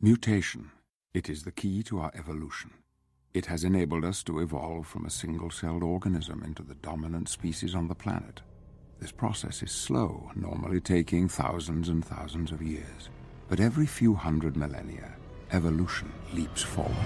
Mutation. It is the key to our evolution. It has enabled us to evolve from a single celled organism into the dominant species on the planet. This process is slow, normally taking thousands and thousands of years. But every few hundred millennia, evolution leaps forward.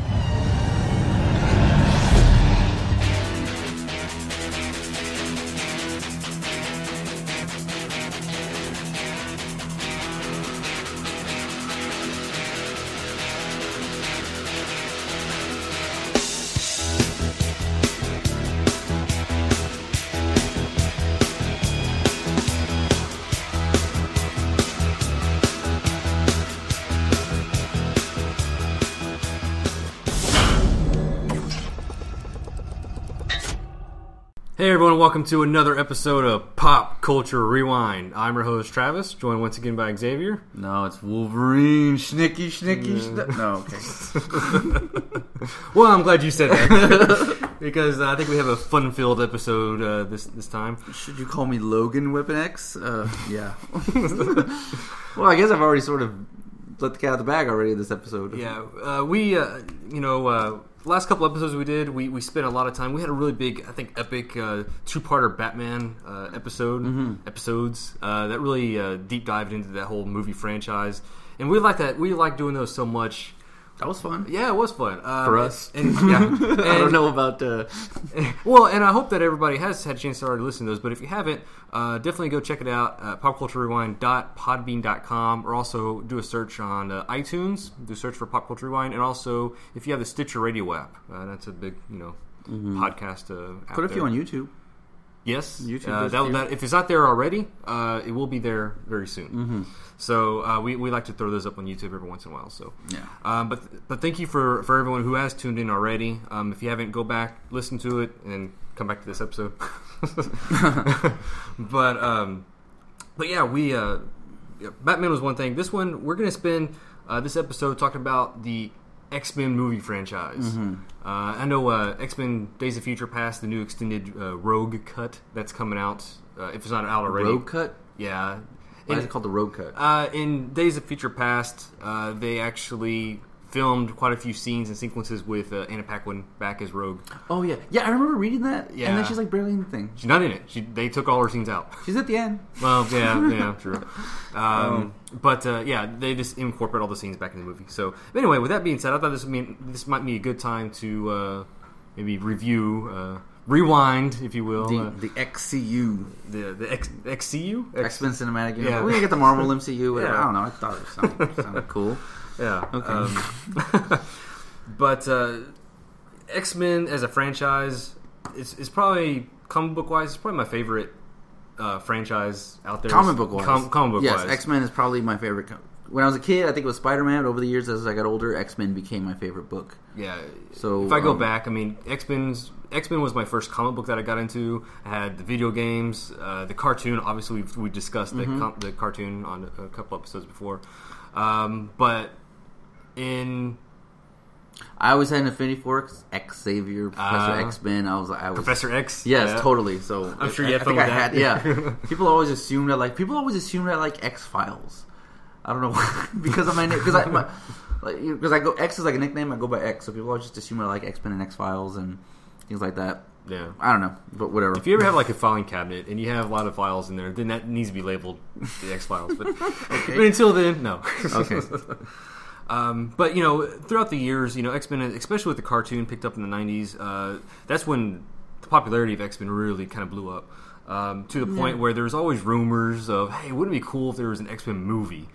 Hey everyone, welcome to another episode of Pop Culture Rewind. I'm your host Travis, joined once again by Xavier. No, it's Wolverine. Schnicky, schnicky, schn- No, okay. Well, I'm glad you said that because uh, I think we have a fun-filled episode uh, this this time. Should you call me Logan Weapon X? Uh, yeah. well, I guess I've already sort of let the cat out of the bag already in this episode. Yeah, uh, we uh, you know uh, last couple episodes we did we, we spent a lot of time. We had a really big, I think, epic uh, two-parter Batman uh, episode Mm-hmm. episodes uh, that really uh, deep dived into that whole movie franchise, and we like that. We like doing those so much. That was fun. Yeah, it was fun uh, For us. And, yeah, I and- don't know about. Uh, well, and I hope that everybody has had a chance to already listen to those. But if you haven't, uh, definitely go check it out. Uh, popculturerewind.podbean.com, or also do a search on uh, iTunes. Do a search for Pop Culture Rewind, and also if you have the Stitcher Radio app, uh, that's a big you know podcast. Uh, app Mm-hmm. put a few there. on YouTube. Yes, YouTube Uh, does that, too. that, if it's not there already, uh, it will be there very soon. Mm-hmm. So uh, we, we like to throw those up on YouTube every once in a while. So Yeah. um, but but thank you for, for everyone who has tuned in already. Um, if you haven't, go back, listen to it, and come back to this episode. but um, but yeah, we uh, yeah, Batman was one thing. This one we're gonna spend uh, this episode talking about the X Men movie franchise. Mm-hmm. Uh, I know uh, X Men Days of Future Past, the new extended uh, Rogue cut that's coming out. Uh, if it's not out already, Road cut. yeah. Why And- is it called the road cut? uh, in Days of Future Past, uh, they actually filmed quite a few scenes and sequences with uh, Anna Paquin back as Rogue. oh yeah, yeah. I remember reading that. Yeah. And then she's like barely in the thing. She's not in it. She, they took all her scenes out. She's at the end. Well, yeah, yeah, true. Oh. Um, but uh, yeah, they just incorporate all the scenes back in the movie. So but anyway, with that being said, I thought this would mean this might be a good time to uh, maybe review, uh, rewind, if you will, The, uh, the XCU the the X, XCU. X Men Cinematic Universe. Yeah. We're gonna get the Marvel MCU. Whatever. Yeah. I don't know. I thought it sounded, sounded cool. Yeah. uh, Okay. um, but uh, X Men as a franchise, it's, it's probably comic book wise, it's probably my favorite uh, franchise out there. comic book wise. Com- comic book yes, wise. X Men is probably my favorite. Com- when I was a kid, I think it was Spider Man. But over the years, as I got older, X Men became my favorite book. Yeah. So, if I go um, back, I mean, X Men's X Men was my first comic book that I got into. I had the video games, uh, the cartoon. Obviously, we've, we discussed Mm-hmm. the com- the cartoon on a couple episodes before, um, but in I always had an affinity for X Xavier, Professor Ah. X Men. I was, I was Professor X, Yes, yeah. totally. So I'm sure I- you had I fun think I with had. that. Yeah, people always assumed I like. People always assumed I like X Files. I don't know why. because of my name. Because I my, like because I go X is like a nickname. I go by X, so people always just assume I like X Men and X Files and things like that. Yeah. I don't know, but whatever. If you ever have like a filing cabinet and you have a lot of files in there, then that needs to be labeled the X files. But, but until then, no. okay. Um, but you know, throughout the years, you know, X Men, especially with the cartoon picked up in the '90s, uh, that's when the popularity of X Men really kind of blew up. Um, to the point where there was always rumors of, hey, wouldn't it be cool if there was an X Men movie?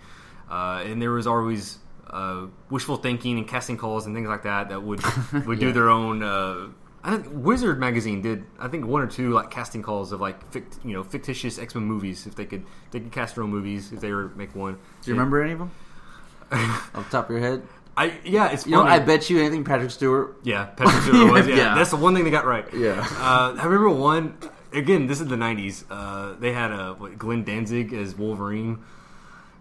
Uh, and there was always uh, wishful thinking and casting calls and things like that that would would do their own. Uh, I think Wizard magazine did I think one or two like casting calls of like fict- you know fictitious X Men movies if they could they could cast their own movies if they were to make one. Do you remember any of them? Off the top of your head? I yeah, it's You know, funny. I bet you anything Patrick Stewart. Yeah, Patrick Stewart was. Yeah. Yeah. that's the one thing they got right. Yeah. uh, I remember one. Again, this is the '90s. Uh, they had uh, what, Glenn Danzig as Wolverine.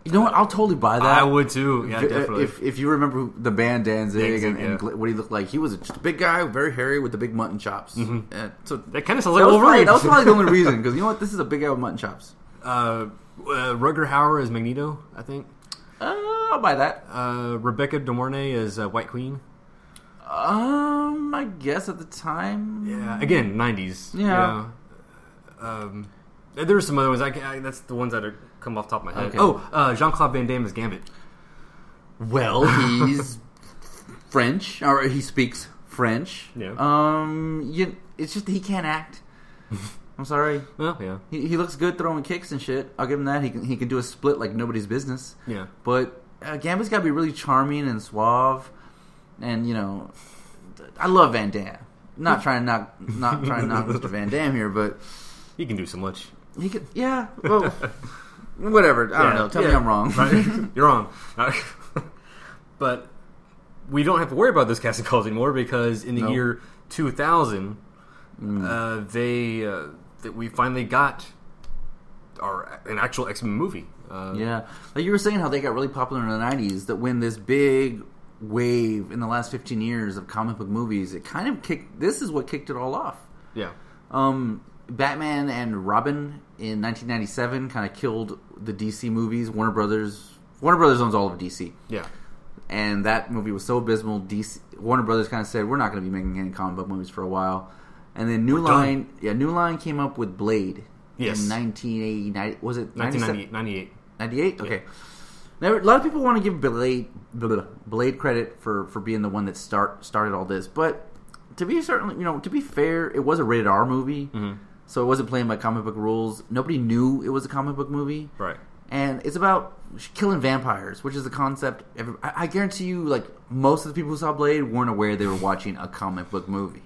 You know what? I'll totally buy that. I would too. Yeah, If- definitely. If, if you remember who- the band Danzig, Danzig, and, and yeah. Gl- what he looked like, he was just a big guy, very hairy, with the big mutton chops. And so Mm-hmm. that kind of sounds that like was, probably, Wolverine. that was probably the only reason because you know what? This is a big guy with mutton chops. uh, uh, Rugger Hauer as Magneto. I think. Uh, I'll buy that. Uh, Rebecca De Mornay as uh, White Queen. Um, I guess at the time. Yeah, again, nineties. Yeah. Um, there are some other ones. I, ca- I that's the ones that are come off the top of my head. Okay. Oh, uh, Jean Claude Van Damme as Gambit. Well, he's French, or he speaks French. Yeah. Um, you, it's just he can't act. I'm sorry. Well, yeah, He, he looks good throwing kicks and shit. I'll give him that. He can he can do a split like nobody's business. yeah. But uh, Gambit's got to be really charming and suave, and you know, I love Van Damme. Not trying to knock, not trying to knock Mr. Van Damme here, but He can do so much. he could, yeah, well, whatever. I don't Yeah, know. Tell me yeah. I'm wrong. Right? You're wrong. but we don't have to worry about those casting calls anymore because in the No. Mm. year 2000, uh, they uh, that we finally got our an actual X Men movie. Uh, Yeah, like you were saying, how they got really popular in the '90s. That when this big wave in the last 15 years of comic book movies, it kind of kicked. This is what kicked it all off. yeah, Um, Batman and Robin in 1997 kind of killed the DC movies. Warner Brothers, Warner Brothers owns all of DC, yeah. and that movie was so abysmal. DC Warner Brothers kind of said, "We're not going to be making any comic book movies for a while." And then New We're done. Line, yeah, New Line came up with Blade Yes. in 1989. Was it 97? 1998. 98. 98? Okay. Now, a lot of people want to give Blade blah, blah, Blade credit for, for being the one that start started all this, but to be certainly, you know, to be fair, it was a rated R movie, so it wasn't playing by comic book rules. Nobody knew it was a comic book movie, Right. and it's about killing vampires, which is a concept. Every, I, I guarantee you, like most of the people who saw Blade weren't aware they were watching a comic book movie,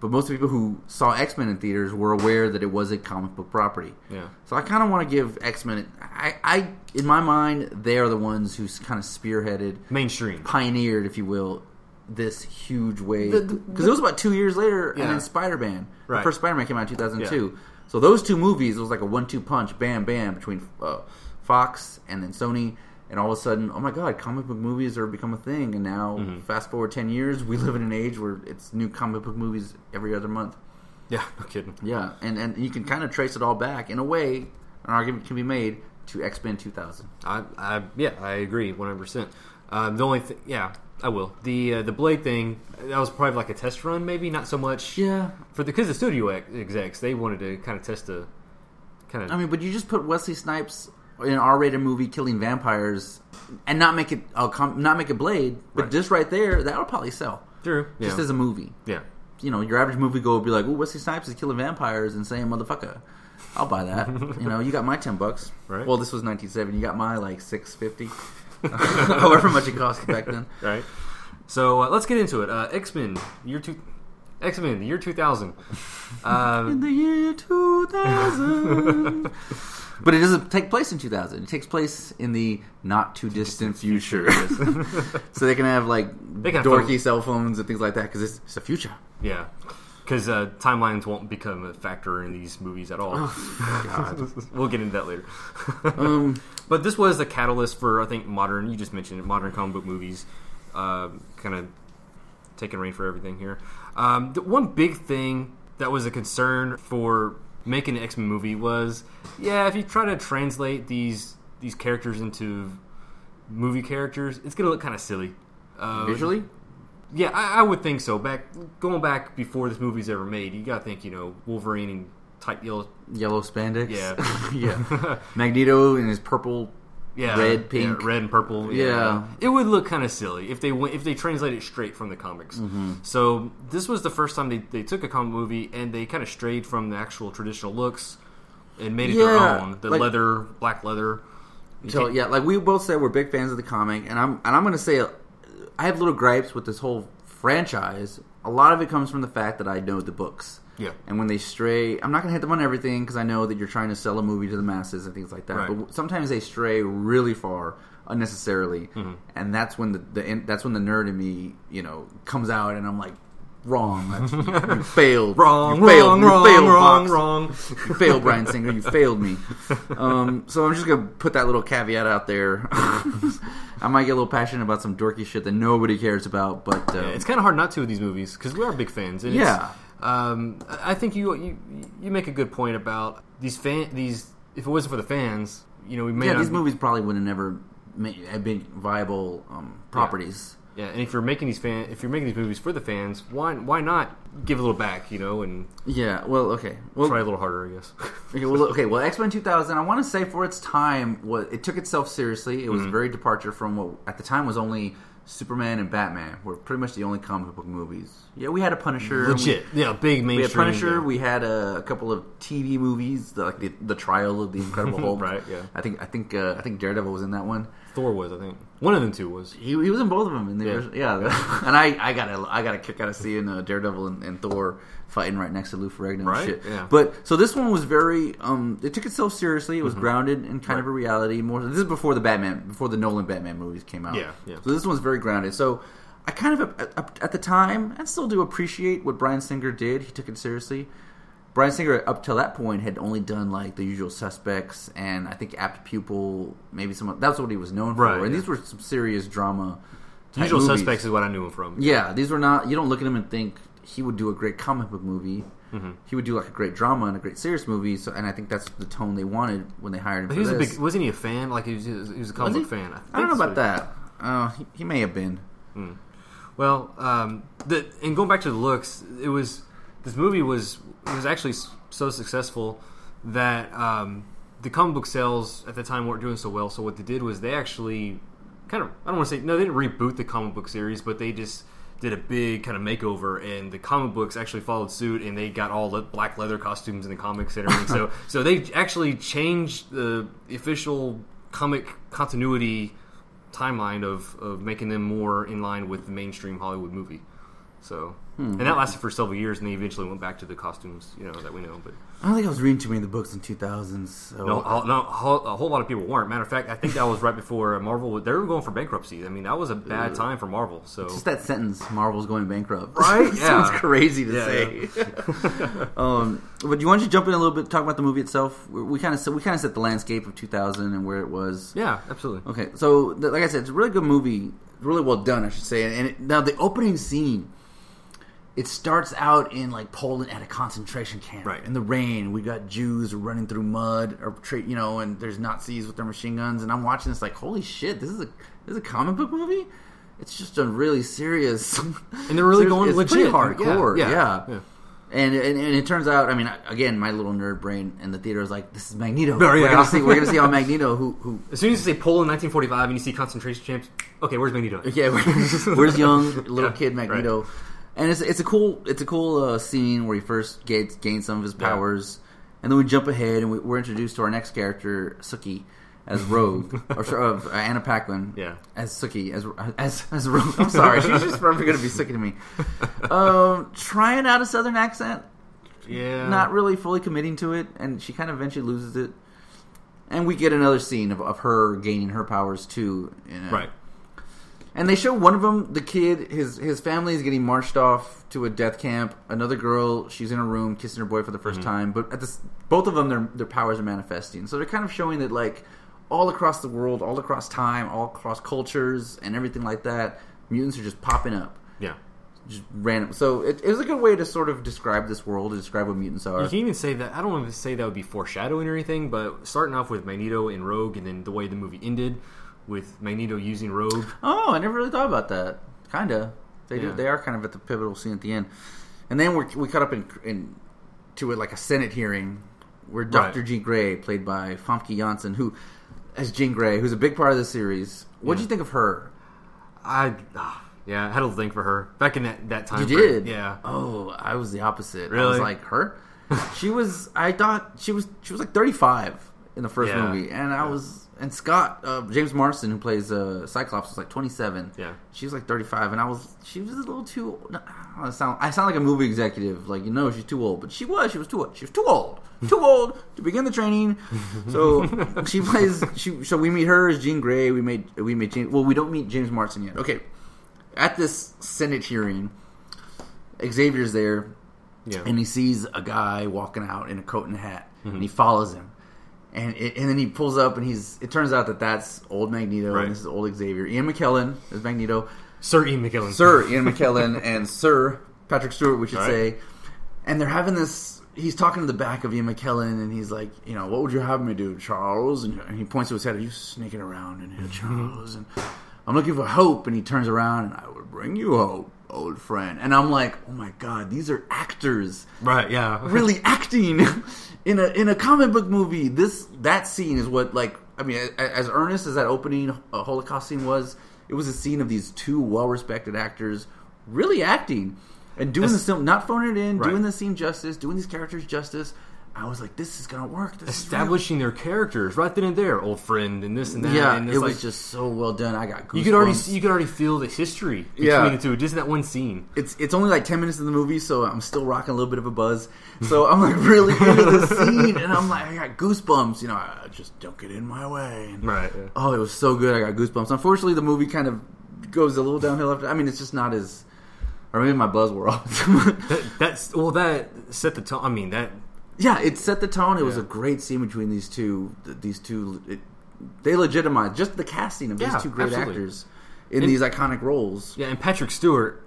but most of the people who saw X Men in theaters were aware that it was a comic book property. Yeah. So I kind of want to give X Men. I, I, in my mind, they are the ones who kind of spearheaded, Mainstream. pioneered, if you will, this huge wave. The- the- Because it was about two years later, Yeah. and then Spider Man. Right. The first Spider Man came out in two thousand two. So those two movies, it was like a one two punch, bam bam, between uh, Fox and then Sony. And all of a sudden, oh my God! Comic book movies are become a thing, and now Mm-hmm. fast forward ten years, we live in an age where it's new comic book movies every other month. Yeah, no kidding. Yeah, and and you can kind of trace it all back in a way. An argument can be made to X Men 2000. I, I yeah, I agree one hundred percent. Uh, The only thing, yeah, I will. The uh, the Blade thing that was probably like a test run, maybe not so much Yeah, for the because the studio ex- execs they wanted to kind of test the kind of I mean, but you just put Wesley Snipes in an R-rated movie killing vampires, and not make it uh, com- not make a Blade, but Right. just right there, that'll probably sell through yeah. just as a movie. yeah. You know, your average movie go would be like, "Oh, Wesley Snipes is killing vampires and saying motherfucker." I'll buy that. you know, you got my ten bucks. Right. Well, this was 1970. You got my like six fifty, however much it cost back then. Right. So uh, let's get into it. Uh, X Men year two. X Men the year two thousand. Uh, In the year 2000. but it doesn't take place in 2000. It takes place in the not too distant future. so they can have like They can have dorky phones. cell phones and things like that because it's, it's the future. yeah, because uh, timelines won't become a factor in these movies at all. Oh, we'll get into that later. Um, But this was the catalyst for I think modern. You just mentioned it, modern comic book movies, uh, kind of taking reign for everything here. Um, the one big thing that was a concern for making an X Men movie was, yeah, if you try to translate these these characters into movie characters, it's gonna look kind of silly. Uh, visually? yeah, I, I would think so. Back going back before this movie's ever made, you gotta think you know Wolverine and type yellow, Yellow spandex. Yeah. yeah. Magneto in his purple. yeah, Red, yeah, pink. red and purple. Yeah. Yeah. it would look kind of silly if they went, if they translate it straight from the comics. Mm-hmm. So this was the first time they, they took a comic movie and they kind of strayed from the actual traditional looks and made it their Yeah, own. The like- leather, black leather. So yeah, like we both said, we're big fans of the comic, and I'm and I'm gonna say, uh, I have little gripes with this whole franchise. A lot of it comes from the fact that I know the books. Yeah, and when they stray i'm not going to hit them on everything because i know that you're trying to sell a movie to the masses and things like that Right. but w- sometimes they stray really far unnecessarily Mm-hmm. and that's when the, the in- that's when the nerd in me you know comes out and i'm like wrong That's- you, you failed wrong, you wrong, failed you wrong, failed wrong, Fox. wrong. you failed brian singer you failed me um, so i'm just going to put that little caveat out there i might get a little passionate about some dorky shit that nobody cares about but uh, Yeah, it's kind of hard not to with these movies because we are big fans. And Yeah. it's, um, I I think you, you you make a good point about these fan these. If it wasn't for the fans, you know, we may yeah not these movies probably would have never ma- have been viable um, properties. Yeah, and if you're making these fan, if you're making these movies for the fans, why why not give a little back, you know, and Yeah. Well, okay. Well, try a little harder, I guess. Okay, well, okay, well, X Men 2000. I want to say for its time, what it took itself seriously. It was a very departure from what at the time was only Superman and Batman were pretty much the only comic book movies. Yeah, we had a Punisher. Legit, yeah, big We, we had mainstream. Punisher. yeah. We had a, a couple of TV movies, the, like the, the Trial of the Incredible Hulk. Right, yeah. I think I think uh, I think Daredevil was in that one. Thor was, I think, one of them two was. He, he was in both of them. In the Yeah. original- yeah. and I, I got a I got a kick out of seeing uh, Daredevil and, and Thor fighting right next to Lou Ferrigno and Right, shit. yeah. But so this one was very um it took itself seriously. It was grounded in kind of a reality more. This is before the Batman before the Nolan Batman movies came out. Yeah, yeah. So this one's very grounded. So. I kind of at- at at the time, I still do appreciate what Brian Singer did. He took it seriously. Brian Singer, up till that point, had only done like The Usual Suspects and I think Apt Pupil, maybe some. That's what he was known Right, for. And yeah. these were some serious drama. type Usual movies. Suspects is what I knew him from. Yeah, these were not. You don't look at him and think he would do a great comic book movie. Mm-hmm. He would do like a great drama and a great serious movie. So, and I think that's the tone they wanted when they hired him. But for he was a this. big. Wasn't he a fan? Like he was, he was a comic Was book he? fan. I don't know think about so. that. Uh, he, he may have been. Well, um, the, and going back to the looks, it was this movie was was actually s- so successful that um, the comic book sales at the time weren't doing so well. So what they did was they actually kind of I don't want to say no, they didn't reboot the comic book series, but they just did a big kind of makeover, and the comic books actually followed suit, and they got all the black leather costumes in the comics and everything. so so they actually changed the official comic continuity timeline of, of making them more in line with the mainstream Hollywood movie. So, and that lasted for several years, and they eventually went back to the costumes, you know, that we know. But I don't think I was reading too many of the books in two thousands. So. no, a- no, a whole- a whole lot of people weren't. Matter of fact, I think that was right before Marvel. was- They were going for bankruptcy. I mean, that was a bad time for Marvel. So, Just that sentence, Marvel's going bankrupt. Right? Sounds Yeah. crazy to Yeah, say. um, but do you want to jump in a little bit, talk about the movie itself? We- We kind of we kind of set the landscape of 2000 and where it was. yeah, absolutely. Okay, so th- like I said, it's a really good movie, really well done, I should say. And, and it, now the opening scene, it starts out in like Poland at a concentration camp, Right. In the rain, we got Jews running through mud, or tra- you know, and there's Nazis with their machine guns. And I'm watching this like, holy shit, this is a this is a comic book movie. It's just a really serious, and they're really going it's pretty legit. Yeah, hardcore, yeah, yeah. yeah. And, and and it turns out, I mean, again, my little nerd brain in the theater is like, this is Magneto. Very- we're yeah. gonna see, we're gonna see how Magneto, who who As soon as you say Poland 1945 and you see concentration camps, okay, where's Magneto? Yeah, where's, where's young little Yeah, kid Magneto? And it's it's a cool it's a cool uh, scene where he first gains gains some of his Yeah. powers, and then we jump ahead and we, we're introduced to our next character Suki as Rogue or sor- of uh, Anna Paquin. Yeah. as Suki as as as Rogue. I'm sorry, she's just forever gonna be Suki to me. Um, trying out a southern accent, Yeah. not really fully committing to it, and she kind of eventually loses it. And we get another scene of, of her gaining her powers too. in a- Right. and they show one of them, the kid, his his family is getting marched off to a death camp. Another girl, she's in a room kissing her boy for the 1st time. But at this, both of them, their their powers are manifesting. So they're kind of showing that like all across the world, all across time, all across cultures, and everything like that, mutants are just popping up, Yeah. just random. So it, it was a good way to sort of describe this world, to describe what mutants are. You can even say that. I don't want to say that would be foreshadowing or anything, but starting off with Magneto and Rogue, and then the way the movie ended with Magneto using Rogue. Oh, I never really thought about that. Kinda. They do. Yeah. They are kind of at the pivotal scene at the end, and then we're, we cut up in, in to it like a Senate hearing where Doctor Jean Grey, played by Famke Janssen, who as Jean Grey, who's a big part of the series. What did you think of her? I, ah, yeah, I had a little thing for her back in that that time. You frame. did. yeah. Oh, I was the opposite. I was Really? like her. she was. I thought she was. She was like thirty five in the first Yeah. movie, and I was. And Scott uh, James Marston, who plays uh, Cyclops, was like twenty seven. Yeah. she was like thirty five, and I was. She was a little too. I don't sound. I sound like a movie executive. Like you know, she's too old, but she was. She was too. old. She was too old. Too old to begin the training. So she plays. She. So we meet her as Jean Grey. We made. We meet. James, well, we don't meet James Marston yet. Okay. At this Senate hearing, Xavier's there, Yeah. Mm-hmm. and he sees a guy walking out in a coat and hat, and he follows him, and it, and then he pulls up, and he's. It turns out that that's old Magneto, Right. and this is old Xavier. Ian McKellen is Magneto, Sir Ian McKellen. Sir Ian McKellen, and Sir Patrick Stewart, we should All say, right. and they're having this he's talking to the back of Ian McKellen, and he's like, you know, what would you have me do, Charles? And, and he points to his head. Are you sneaking around in here, Mm-hmm. Charles? And I'm looking for hope. And he turns around, and I would bring you hope, old friend. And I'm like, oh my god, these are actors Right, yeah. really acting in a in a comic book movie. This that scene is what like I mean, a- as earnest as that opening uh, Holocaust scene was, it was a scene of these two well respected actors really acting and doing the film, not phoning it in, Right. doing the scene justice, doing these characters justice. I was like, this is gonna work. This is real. Establishing their characters right then and there, old friend, and this and that. Yeah, and it it's was like- just so well done. I got goosebumps. you could already see, you could already feel the history between Yeah. the two, just in that one scene. it's it's only like ten minutes in the movie, so I'm still rocking a little bit of a buzz. So I'm like really into the scene, and I'm like I got goosebumps. You know, I just don't get in my way. And, Right. yeah. Oh, it was so good. I got goosebumps. Unfortunately, the movie kind of goes a little downhill after. I mean, it's just not as, or maybe my buzz wore off. That, that's well, that set the tone. I mean, that yeah, it set the tone. It was a Yeah. great scene between these two. th- These two, it, they legitimized just the casting of Yeah, these two great absolutely. actors in And- these iconic roles. yeah, and Patrick Stewart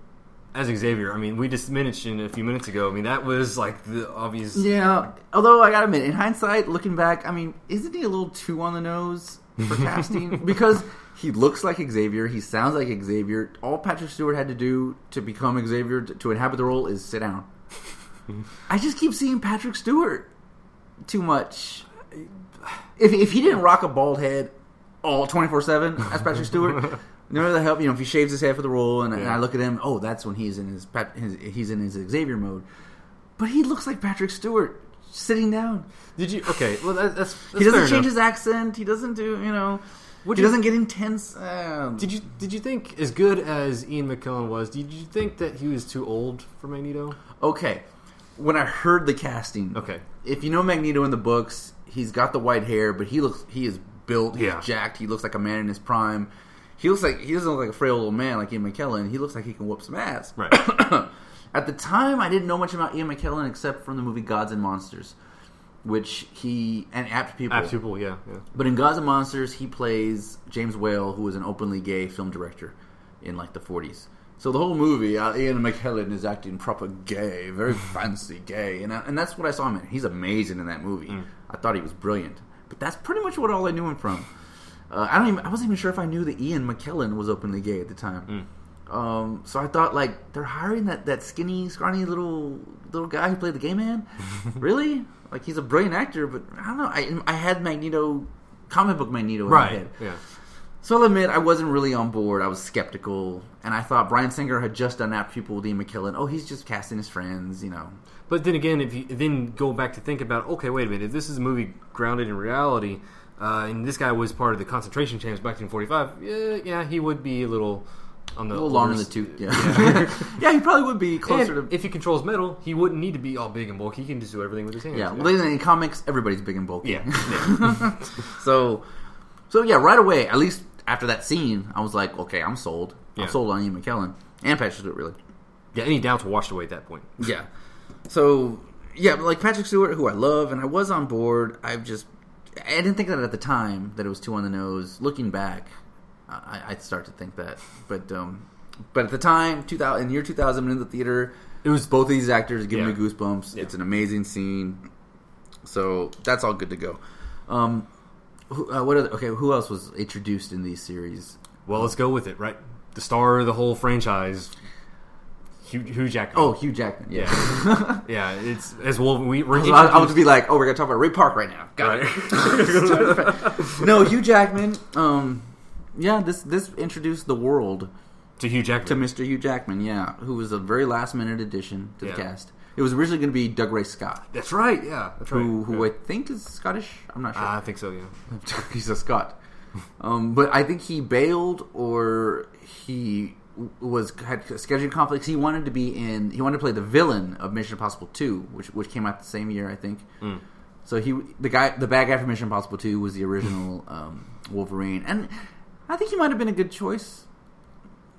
as Xavier. I mean, we just mentioned a few minutes ago. I mean, that was like the obvious. Yeah. Although I gotta admit, in hindsight, looking back, I mean, isn't he a little too on the nose for casting? because he looks like Xavier, he sounds like Xavier. All Patrick Stewart had to do to become Xavier to, to inhabit the role is sit down. I just keep seeing Patrick Stewart too much. If if he didn't rock a bald head all twenty four seven, that's Patrick Stewart. No the help, you know, if he shaves his head for the role, and, and Yeah. I look at him, oh, that's when he's in his, Pat- his he's in his Xavier mode. But he looks like Patrick Stewart sitting down. Did you? Okay, well, that, that's, that's He doesn't fair change enough. his accent. He doesn't do you know. Would he you- doesn't get intense. Uh, Did you did you think as good as Ian McKellen was? Did you think that he was too old for Magneto? okay, when I heard the casting, Okay, if you know Magneto in the books, he's got the white hair, but he looks he is built, he's Yeah. jacked, he looks like a man in his prime. He looks like he doesn't look like a frail little man like Ian McKellen. He looks like he can whoop some ass. right. At the time, I didn't know much about Ian McKellen except from the movie Gods and Monsters, which he and Apt People. Apt pupil, yeah, yeah. But in Gods and Monsters, he plays James Whale, who was an openly gay film director in like the 40s. So the whole movie, uh, Ian McKellen is acting proper gay, very fancy gay, and I, and that's what I saw him in. He's amazing in that movie. I thought he was brilliant, but that's pretty much what all I knew him from. Uh, I don't even I wasn't even sure if I knew that Ian McKellen was openly gay at the time. Um, so I thought like they're hiring that, that skinny, scrawny little little guy who played the gay man. really? Like he's a brilliant actor, but I don't know. I I had Magneto, comic book Magneto in my Right. head. Yeah. So I'll admit I wasn't really on board. I was skeptical, and I thought Brian Singer had just done that pupil with Ian McKellen. Oh, he's just casting his friends, you know. But then again, if you then go back to think about, okay, wait a minute, if this is a movie grounded in reality, uh, and this guy was part of the concentration camps back in '45, yeah, yeah, he would be a little on the A little long in older the s- tooth. Yeah, yeah, he probably would be And closer to. if he controls metal, he wouldn't need to be all big and bulky. He can just do everything with his hands. yeah, well, in comics, everybody's big and bulky. yeah. So, so yeah, right away, at least after that scene, I was like, okay, I'm sold. Yeah. I'm sold on Ian McKellen and Patrick Stewart, really. Yeah, Any doubts were washed away at that point. Yeah. So, yeah, but like Patrick Stewart, who I love, and I was on board. I've just, I didn't think that at the time that it was too on the nose. Looking back, I, I- I'd start to think that, but um, but at the time, two thousand in year two thousand in the theater, It was both of these actors give me Yeah. goosebumps. Yeah. It's an amazing scene. So that's all good to go. Um, who, uh, what other, okay? Who else was introduced in these series? Well, let's go with it, right? The star of the whole franchise, Hugh, Hugh Jackman. Oh, Hugh Jackman. Yeah, yeah, yeah. It's as well. We were So I, I would be like, oh, we're gonna talk about Ray Park right now. Got it. no, Hugh Jackman. Um, yeah, this this introduced the world to Hugh Jackman. to Mr. Hugh Jackman. Yeah, who was a very last minute addition to Yeah. the cast. It was originally going to be Doug Ray Scott, That's right. Yeah, that's right. who who yeah. I think is Scottish. I'm not sure. I think so. Yeah. he's a Scot. Um, but I think he bailed or he w- was had scheduling conflicts. He wanted to be in. He wanted to play the villain of Mission Impossible Two, which which came out the same year, I think. So he the guy the bad guy from Mission Impossible Two was the original um, Wolverine, and I think he might have been a good choice.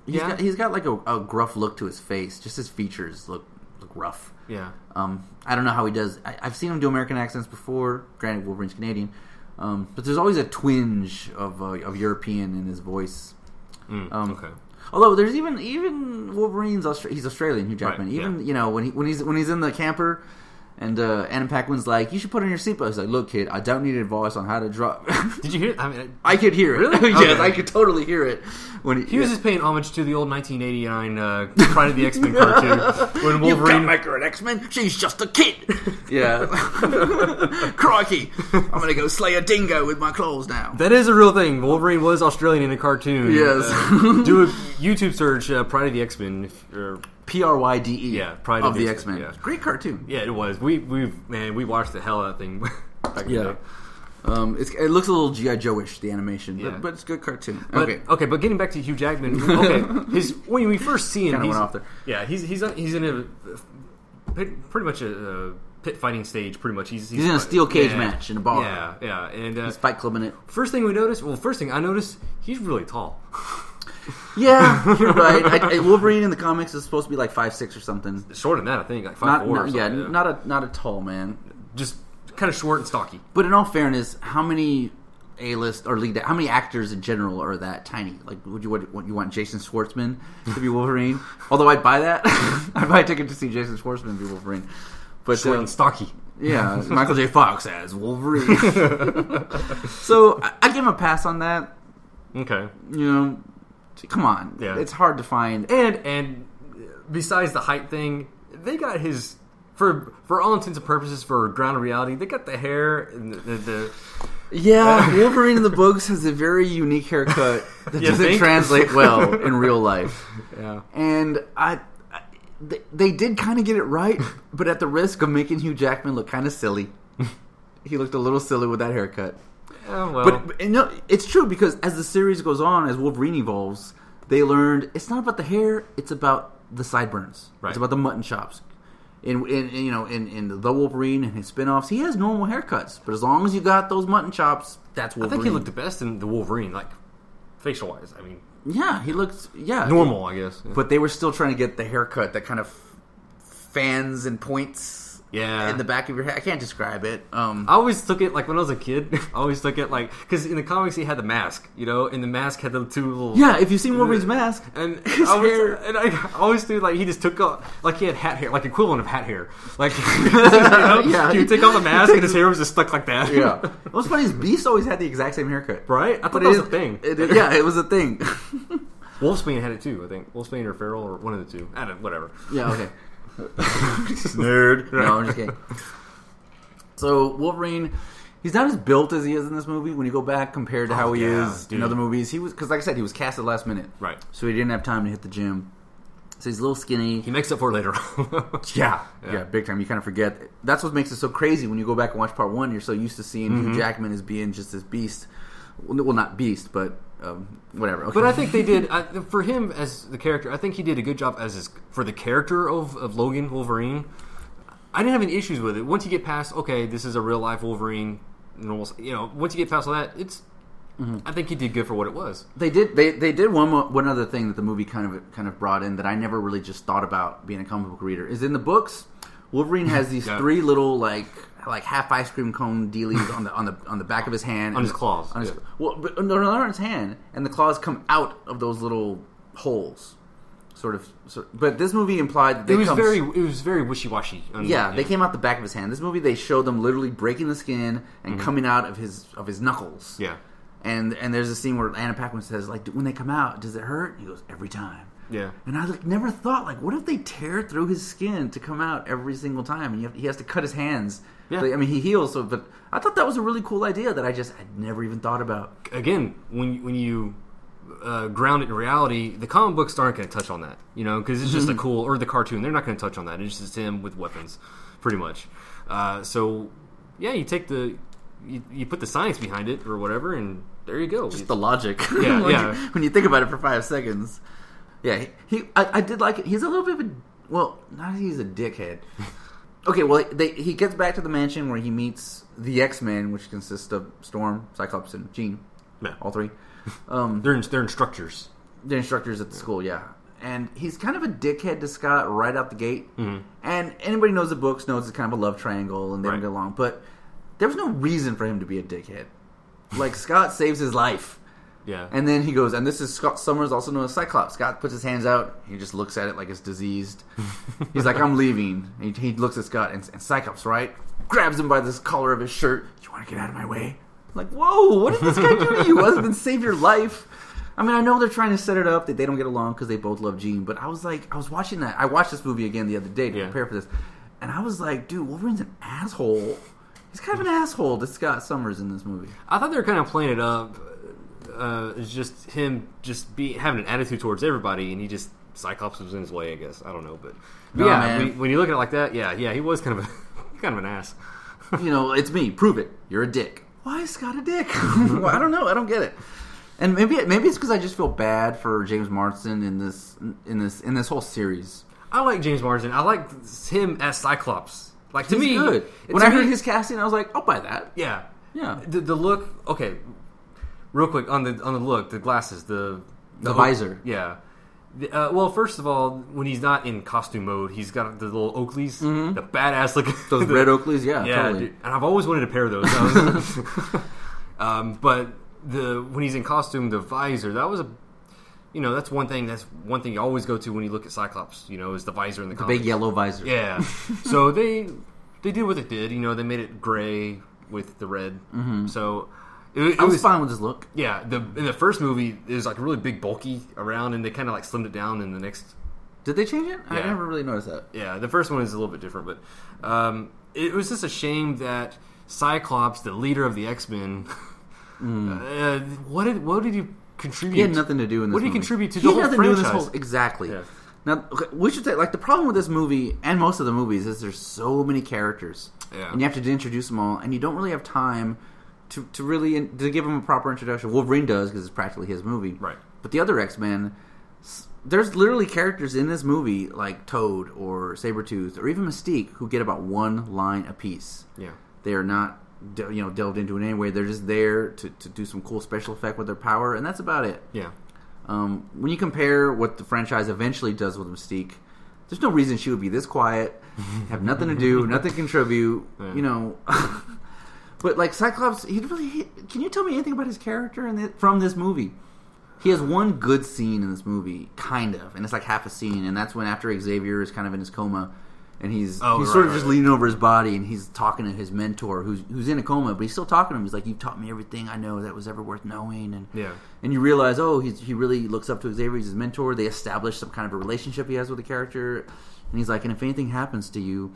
He's Yeah. got, he's got like a, a gruff look to his face. Just his features look look rough. Yeah. Um, I don't know how he does. I, I've seen him do American accents before. Granted, Wolverine's Canadian, um, but there's always a twinge of uh, of European in his voice. Mm, Um, okay. Although there's even even Wolverine's Austra- he's Australian Hugh Jackman. Right, even yeah. you know when he when he's when he's in the camper And uh, Anna Paquin's like, "You should put on your seatbelt." He's like, "Look, kid, I don't need advice on how to drive." Did you hear? I mean, I could hear it. Really? Okay. yes, I could totally hear it. When he was just paying homage to the old 1989 uh, Pride of the X Men cartoon when You can't Wolverine. make her an X Men. She's just a kid. Yeah. Crikey! I'm gonna go slay a dingo with my claws now. That is a real thing. Wolverine was Australian in a cartoon. Yes. Uh, do a YouTube search uh, Pride of the X Men. or P R Y D E. Yeah, Pride of the X X-Men, Men. yeah. Great cartoon. Yeah, it was. We we man, we watched the hell out of that thing. back in the Yeah. day. Um, it's, it looks a little GI Joe-ish the animation, Yeah. but, but it's a good cartoon. But, okay. okay. but getting back to Hugh Jackman, okay, his when we first see him, Kinda he's, went off there. yeah, he's he's he's in a pit- pretty much a, uh pit fighting stage. Pretty much, he's He's in a steel cage yeah. match in a bar. Yeah, yeah, and uh, It's Fight Club in it. first thing we notice, well, first thing I noticed, he's really tall. Yeah, you're right. I, I- Wolverine in the comics is supposed to be like five six or something. Shorter than that, I think, like five Not, four. or not yeah, something, not a not a tall man. just kind of short and stocky. But in all fairness, how many A list or lead how many actors in general are that tiny? Like, would you what, what you want Jason Schwartzman to be Wolverine? Although I'd buy that. I'd buy a ticket to see Jason Schwartzman be Wolverine. But Short uh, and stocky. Yeah, Michael J. Fox as Wolverine. so I, I give him a pass on that. Okay. You know, come on, Yeah. it's hard to find. And and besides the height thing, they got his for for all intents and purposes for ground reality. They got the hair and the, the, the Yeah, Wolverine in the books has a very unique haircut that You doesn't think? translate well in real life. yeah. And I, I they, they did kind of get it right, but at the risk of making Hugh Jackman look kind of silly. He looked a little silly with that haircut. Oh, well, But, but- and no, it's true because as the series goes on, as Wolverine evolves, they learned it's not about the hair; it's about the sideburns. Right. It's about the mutton chops. In, in, in you know in, in the Wolverine and his spin-offs, he has normal haircuts, but as long as you got those mutton chops, that's I Wolverine. think he looked the best in the Wolverine, like facial wise. I mean, yeah, he looked yeah normal, I guess. Yeah. But they were still trying to get the haircut that kind of fans and points Yeah. in the back of your head. I can't describe it. Um, I always took it like when I was a kid. I always took it like because in the comics he had the mask, you know, and the mask had the two little yeah, if you've seen Wolverine's mask, And His I always, hair. and I always do like he just took off like he had hat hair, like equivalent of hat hair. Like you know, Yeah. he would take off the mask and his hair was just stuck like that. yeah. What's funny is Beast always had the exact same haircut. right. I thought But that was it a is- thing. it is- yeah, it was a thing. Wolfsbane had it too. I think Wolfsbane or Farrell or one of the two. I don't. Whatever. yeah, okay. Nerd. No, I'm just kidding. So Wolverine, he's not as built as he is in this movie. When you go back compared to how he yeah, is dude. in other movies, he was because, like I said, he was cast at last minute, Right. So he didn't have time to hit the gym. So he's a little skinny. He makes up for it later. on. Yeah, Yeah. yeah, big time. You kind of forget. That's what makes it so crazy when you go back and watch part one. You're so used to seeing Hugh Jackman as being just this beast. Well, well, not beast, but um, whatever. Okay. but I think they did I, for him as the character. I think he did a good job as his for the character of, of Logan Wolverine. I didn't have any issues with it. Once you get past, okay, this is a real life Wolverine. Normal, you know. Once you get past all that, it's. Mm-hmm. I think he did good for what it was. They did. They they did one mo- one other thing that the movie kind of kind of brought in that I never really just thought about being a comic book reader is in the books. Wolverine has these Yeah. three little like like half ice cream cone dealies on the on the on the back of his hand On and his claws, On his, yeah. Well, but, no, no, they're on his hand, and the claws come out of those little holes, sort of. Sort, but this movie implied that they it was come very it was very wishy washy. Yeah, they came out the back of his hand. This movie, they show them literally breaking the skin and coming out of his of his knuckles. Mm-hmm. Yeah. and and there's a scene where Anna Paquin says, like, when they come out, does it hurt? He goes, every time. Yeah. And I like never thought, like, what if they tear through his skin to come out every single time, and you have, he has to cut his hands. Yeah. Like, I mean, he heals. So, but I thought that was a really cool idea that I just I'd never even thought about. Again, when when you uh, ground it in reality, the comic books aren't going to touch on that. You know, because it's just Mm-hmm. a cool or the cartoon. They're not going to touch on that. It's just him with weapons, pretty much. Uh, so yeah, you take the you, you put the science behind it or whatever, and there you go. just the logic. Yeah, when, yeah. You, when you think about it for five seconds, yeah, he, he I, I did like it. He's a little bit of a well, not that he's a dickhead. Okay, well, they, he gets back to the mansion where he meets the X Men, which consists of Storm, Cyclops, and Jean, Yeah. all three. Um, they're in, they're instructors. the instructors at the school, yeah. And he's kind of a dickhead to Scott right out the gate. mm And anybody who knows the books knows it's kind of a love triangle and they Mm-hmm. Right. don't get along. But there was no reason for him to be a dickhead. Like Scott saves his life. Yeah. And then he goes, and this is Scott Summers, also known as Cyclops. Scott puts his hands out. He just looks at it like it's diseased. He's like, I'm leaving. He, he looks at Scott, and, and Cyclops, right, grabs him by the collar of his shirt. You want to get out of my way? I'm like, whoa, what did this guy do to you? Other than save your life? I mean, I know they're trying to set it up that they don't get along because they both love Jean, but I was like, I was watching that. I watched this movie again the other day to Yeah. prepare for this, and I was like, dude, Wolverine's an asshole. He's kind of an asshole to Scott Summers in this movie. I thought they were kind of playing it up. Uh, it's just him just be having an attitude towards everybody, and he just Cyclops was in his way. I guess I don't know, but No, yeah, man. when, when you look at it like that, yeah, yeah, he was kind of a kind of an ass. you know, it's me. Prove it. You're a dick. Why is Scott a dick? Well, I don't know. I don't get it. And maybe maybe it's because I just feel bad for James Marsden in this in this in this whole series. I like James Marsden. I like him as Cyclops. Like to He's me, good. to When I heard me- his casting, I was like, I'll buy that. yeah, Yeah. the, the look. Okay, real quick on the on the look, the glasses, the The visor. Yeah. The- Uh, well, first of all, when he's not in costume mode, he's got the little Oakleys, the badass looking Mm-hmm. Those the- red Oakleys, yeah, Yeah, totally. dude. and I've always wanted a pair of those. I was- um, but the when he's in costume, the visor that was a, you know, that's one thing. That's one thing you always go to when you look at Cyclops. You know, is the visor in the, comics. Big yellow visor. Yeah. so they they did what they did. You know, they made it gray with the red. Mm-hmm. So it, it I was, was fine with his look. yeah. The in the first movie, it was like really big, bulky around, and they kind of like slimmed it down in the next Did they change it? I Yeah. never really noticed that. yeah, the first one is a little bit different, but um, it was just a shame that Cyclops, the leader of the X Men, uh, what did what did he contribute? Mm. He had nothing to do in this. What did he movie. contribute to He the had whole nothing to do in franchise? this whole- exactly. Yeah. Now okay, we should say like the problem with this movie and most of the movies is there's so many characters, Yeah. and you have to introduce them all, and you don't really have time to to really in, to give them a proper introduction. Wolverine does because it's practically his movie, Right. But the other X Men. There's literally characters in this movie like Toad or Sabretooth or even Mystique who get about one line apiece. Yeah. They are not, de- you know, delved into in any way. They're just there to, to do some cool special effect with their power, and that's about it. yeah, Um, when you compare what the franchise eventually does with Mystique, there's no reason she would be this quiet, have nothing to do, nothing to contribute. Yeah. You know, but like Cyclops, he really. He, can you tell me anything about his character in the, from this movie? He has one good scene in this movie, kind of, and it's like half a scene, and that's when after Xavier is kind of in his coma, and he's Oh, he's right, sort of right, just right. leaning over his body, and he's talking to his mentor, who's who's in a coma, but he's still talking to him. He's like, "You've taught me everything I know that was ever worth knowing," and Yeah. and you realize, oh, he's, he really looks up to Xavier as his mentor. They establish some kind of a relationship he has with the character, and he's like, and if anything happens to you,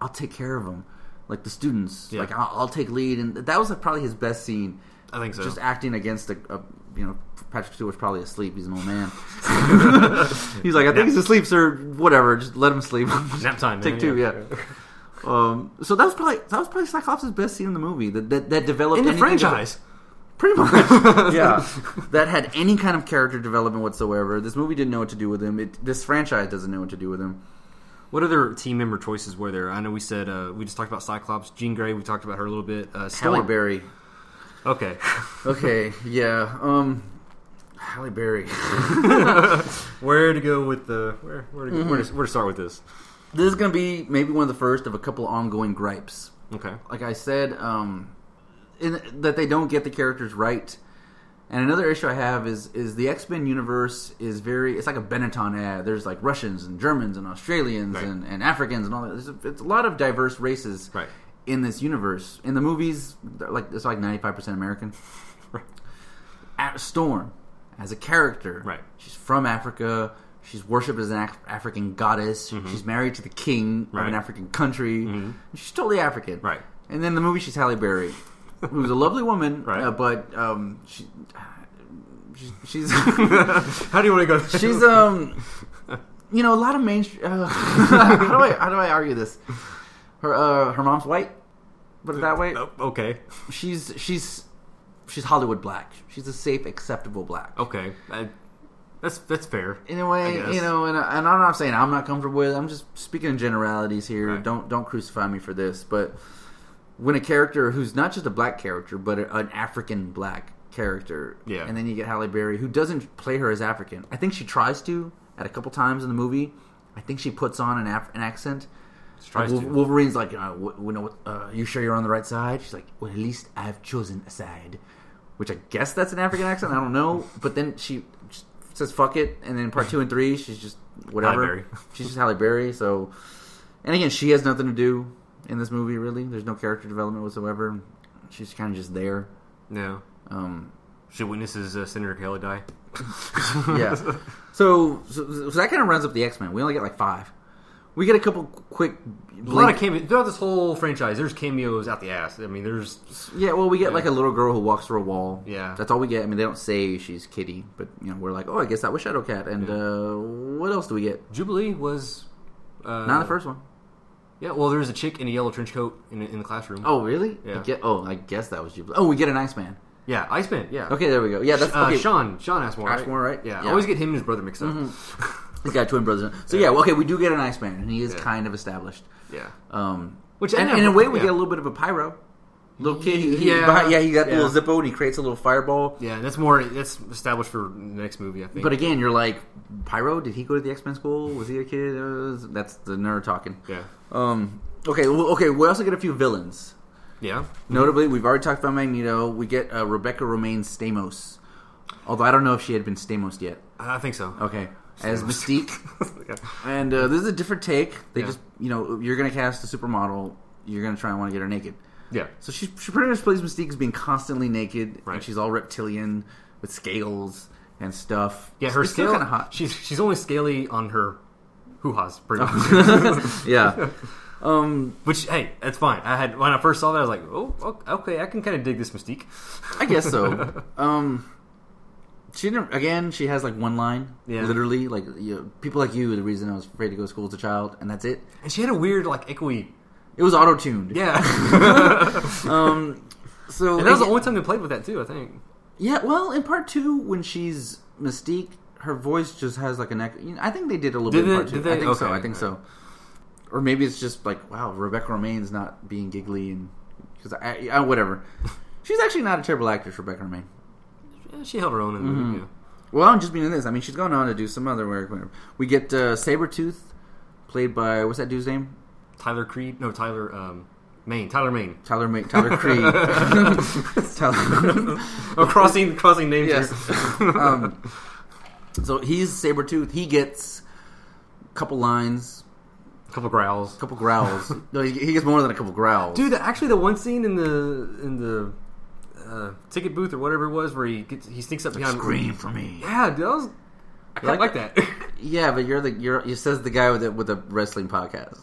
I'll take care of him, like the students, Yeah. like I'll, I'll take lead. And that was like, probably his best scene, I think so. just acting against a, a you know Patrick Stewart's probably asleep. He's an old man. he's like, I think he's asleep, sir. Whatever, just let him sleep. Nap time, Take man, two, yeah. yeah. Um, so that was probably that was probably Cyclops' best scene in the movie that that, that developed in the anything that- franchise. Pretty much. yeah. that had any kind of character development whatsoever. This movie didn't know what to do with him. It, this franchise doesn't know what to do with him. What other team member choices were there? I know we said uh, we just talked about Cyclops, Jean Grey. We talked about her a little bit. Uh, Halle Storm. Berry. Okay, Okay, yeah. Um Halle Berry. where to go with the where where to, go, where, to, where to start with this? this is going to be maybe one of the first of a couple ongoing gripes. Okay, Like I said, um in, that they don't get the characters right. And another issue I have is is the X Men universe is very it's like a Benetton ad. There's like Russians and Germans and Australians Right. and, and Africans and all that. There's a, it's a lot of diverse races Right. in this universe. In the movies, they're like it's like ninety five percent American. At Storm as a character, Right. She's from Africa. She's worshipped as an Af- African goddess. She's married to the king of Mm-hmm. Right. Mm-hmm. an African country. She's totally African, Right. And then in the movie, she's Halle Berry, who's a lovely woman, Right. uh, but um, she, she's how do you want to go? she's um you know a lot of mainstream uh, how do i how do i argue this her uh her mom's white put it that way Oh, okay, she's she's she's hollywood black she's a safe acceptable black okay, I, that's that's fair. I anyway guess. you know and, and i'm not saying i'm not comfortable with it. i'm just speaking in generalities here Right. don't don't crucify me for this but when a character who's not just a black character but a, an african black character Yeah. and then you get halle berry who doesn't play her as african i think she tries to at a couple times in the movie i think she puts on an, Af- an accent tries Like, Wol- to. Wolverine's like, uh, w- you know, what- uh, you sure you're on the right side? She's like, well, at least I've chosen a side. which I guess that's an African accent. I don't know. But then she just says "fuck it," and then part two and three, she's just whatever. Halle Berry. She's just Halle Berry. So, and again, she has nothing to do in this movie. Really, there's no character development whatsoever. She's kind of just there. No. Um, She witnesses uh, Senator Kelly die. yeah. So, so, so that kind of runs up the X Men. We only get like five. We get a couple quick. A lot of cameos throughout this whole franchise. There's cameos out the ass. I mean, there's yeah, well, we get like a little girl who walks through a wall. Yeah. that's all we get. I mean, they don't say she's Kitty, but you know, we're like, oh, I guess that was Shadow Cat. And uh, what else do we get? Jubilee was uh, Not the first one. Yeah, well, there's a chick in a yellow trench coat in, in the classroom. Oh, really? Yeah. I get, oh, I guess that was Jubilee. Oh, we get an Iceman. yeah, Iceman. Yeah. Okay, there we go. Yeah, that's Uh, okay. Sean. Sean Ashmore. Right? Ashmore, right? Yeah. I Yeah. Mm-hmm. always get him and his brother mixed up. He's got twin brothers. So yeah, well, okay, we do get an Iceman, and he is Yeah. kind of established. Yeah. Um, Which and, I and in a way, we yeah. get a little bit of a pyro. Little kid, he, he- Yeah. behind- yeah, he got the Yeah. little Zippo, and he creates a little fireball. Yeah, that's more. That's established for the next movie, I think. But again, you're like, Pyro? Did he go to the X Men school? Was he a kid? Uh, That's the nerd talking. yeah. Um. Okay. Well, okay. We also get a few villains. Yeah. Notably, we've already talked about Magneto. We get uh, Rebecca Romaine Stamos. Although I don't know if she had been Stamos yet. I think so. Okay. As Mystique, Yeah. and uh, this is a different take. They Yeah. just, you know, you're gonna cast a supermodel. You're gonna try and want to get her naked. Yeah. So she, she pretty much plays Mystique as being constantly naked, Right. and she's all reptilian with scales and stuff. Yeah, her It's still scale. kind of hot. She's she's only scaly on her hoo ha's, pretty much. Oh. yeah. Um, Which hey, that's fine. I had when I first saw that, I was like, oh, okay, I can kind of dig this mystique. I guess so. Um, she didn't. Again, she has like one line. Yeah. Literally, like you know, people like you. The reason I was afraid to go to school as a child, and that's it. And she had a weird like echoey. It was auto tuned. Yeah. Um. So and that was the only time they played with that too. I think. Yeah. Well, in part two, when she's Mystique, her voice just has like an echo. You know, I think they did a little Did bit. in they- part two. did they? I think so. Okay, I think okay. so. Or maybe it's just like wow, Rebecca Romaine's not being giggly and because I, I whatever. She's actually not a terrible actress, Rebecca Romaine. Yeah, she held her own in the movie. Mm-hmm. Yeah. Well, I'm just being in this. I mean, she's going on to do some other work. We get uh, Sabretooth, played by, what's that dude's name? Tyler Creed, no Tyler um, Maine, Tyler Maine. Tyler Ma- Tyler Creed. Tyler. Oh, crossing crossing names. yes. Here. um, so he's Sabretooth. He gets a couple lines, A couple growls. a couple growls. no, he, he gets more than a couple growls. Dude, the- actually, the one scene in the in the uh, ticket booth or whatever it was, where he gets he sneaks up behind. Scream for me. Yeah, dude, that was. I kind of like like that. Yeah, but you're the you're you says the guy with the with the wrestling podcast.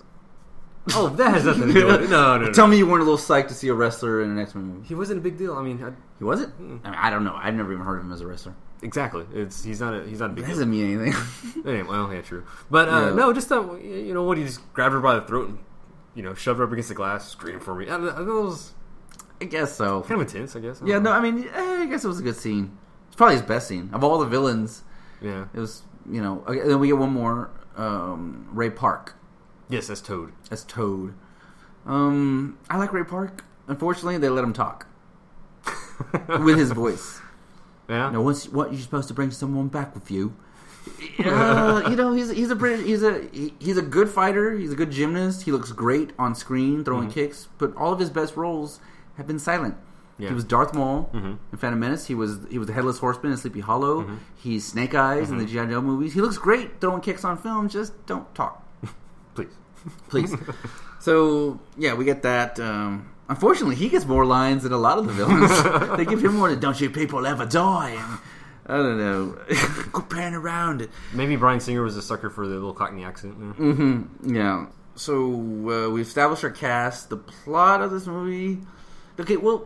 oh, that has nothing to do with it. No, no, no. Tell me you weren't a little psyched to see a wrestler in an X Men movie. he wasn't a big deal. I mean, I, He wasn't. I mean, I don't know. I've never even heard of him as a wrestler. exactly. It's he's not a he's not a big That deal. doesn't mean anything. Anyway, well, yeah, true. But uh, Yeah. no, just that you know when he just grabbed her by the throat and you know shoved her up against the glass, screamed for me. I, don't know, that was I guess so. kind of intense, I guess. I Yeah, don't no, I mean, eh, I guess it was a good scene. It's probably his best scene of all the villains. know. yeah. It was, you know. Okay, then we get one more, um, Ray Park Yes, that's Toad. as Toad. Um, I like Ray Park. Unfortunately, they let him talk with his voice. Yeah. Now, once what you're supposed to bring someone back with you. Uh, you know, he's he's a British, he's a he, he's a good fighter. He's a good gymnast. He looks great on screen throwing kicks, but all of his best roles have been silent. Yeah. He was Darth Maul in Phantom Menace. He was he was the Headless Horseman in Sleepy Hollow. He's Snake Eyes in the GI Joe movies. He looks great throwing kicks on film. Just don't talk, Please. please. so yeah, we get that. Um, unfortunately, he gets more lines than a lot of the villains. they give him more than "Don't you people ever die." And, I don't know. Go pan around. Maybe Brian Singer was a sucker for the little Cockney accent. There. Mm. Yeah. So uh, we established our cast, the plot of this movie. Okay, well,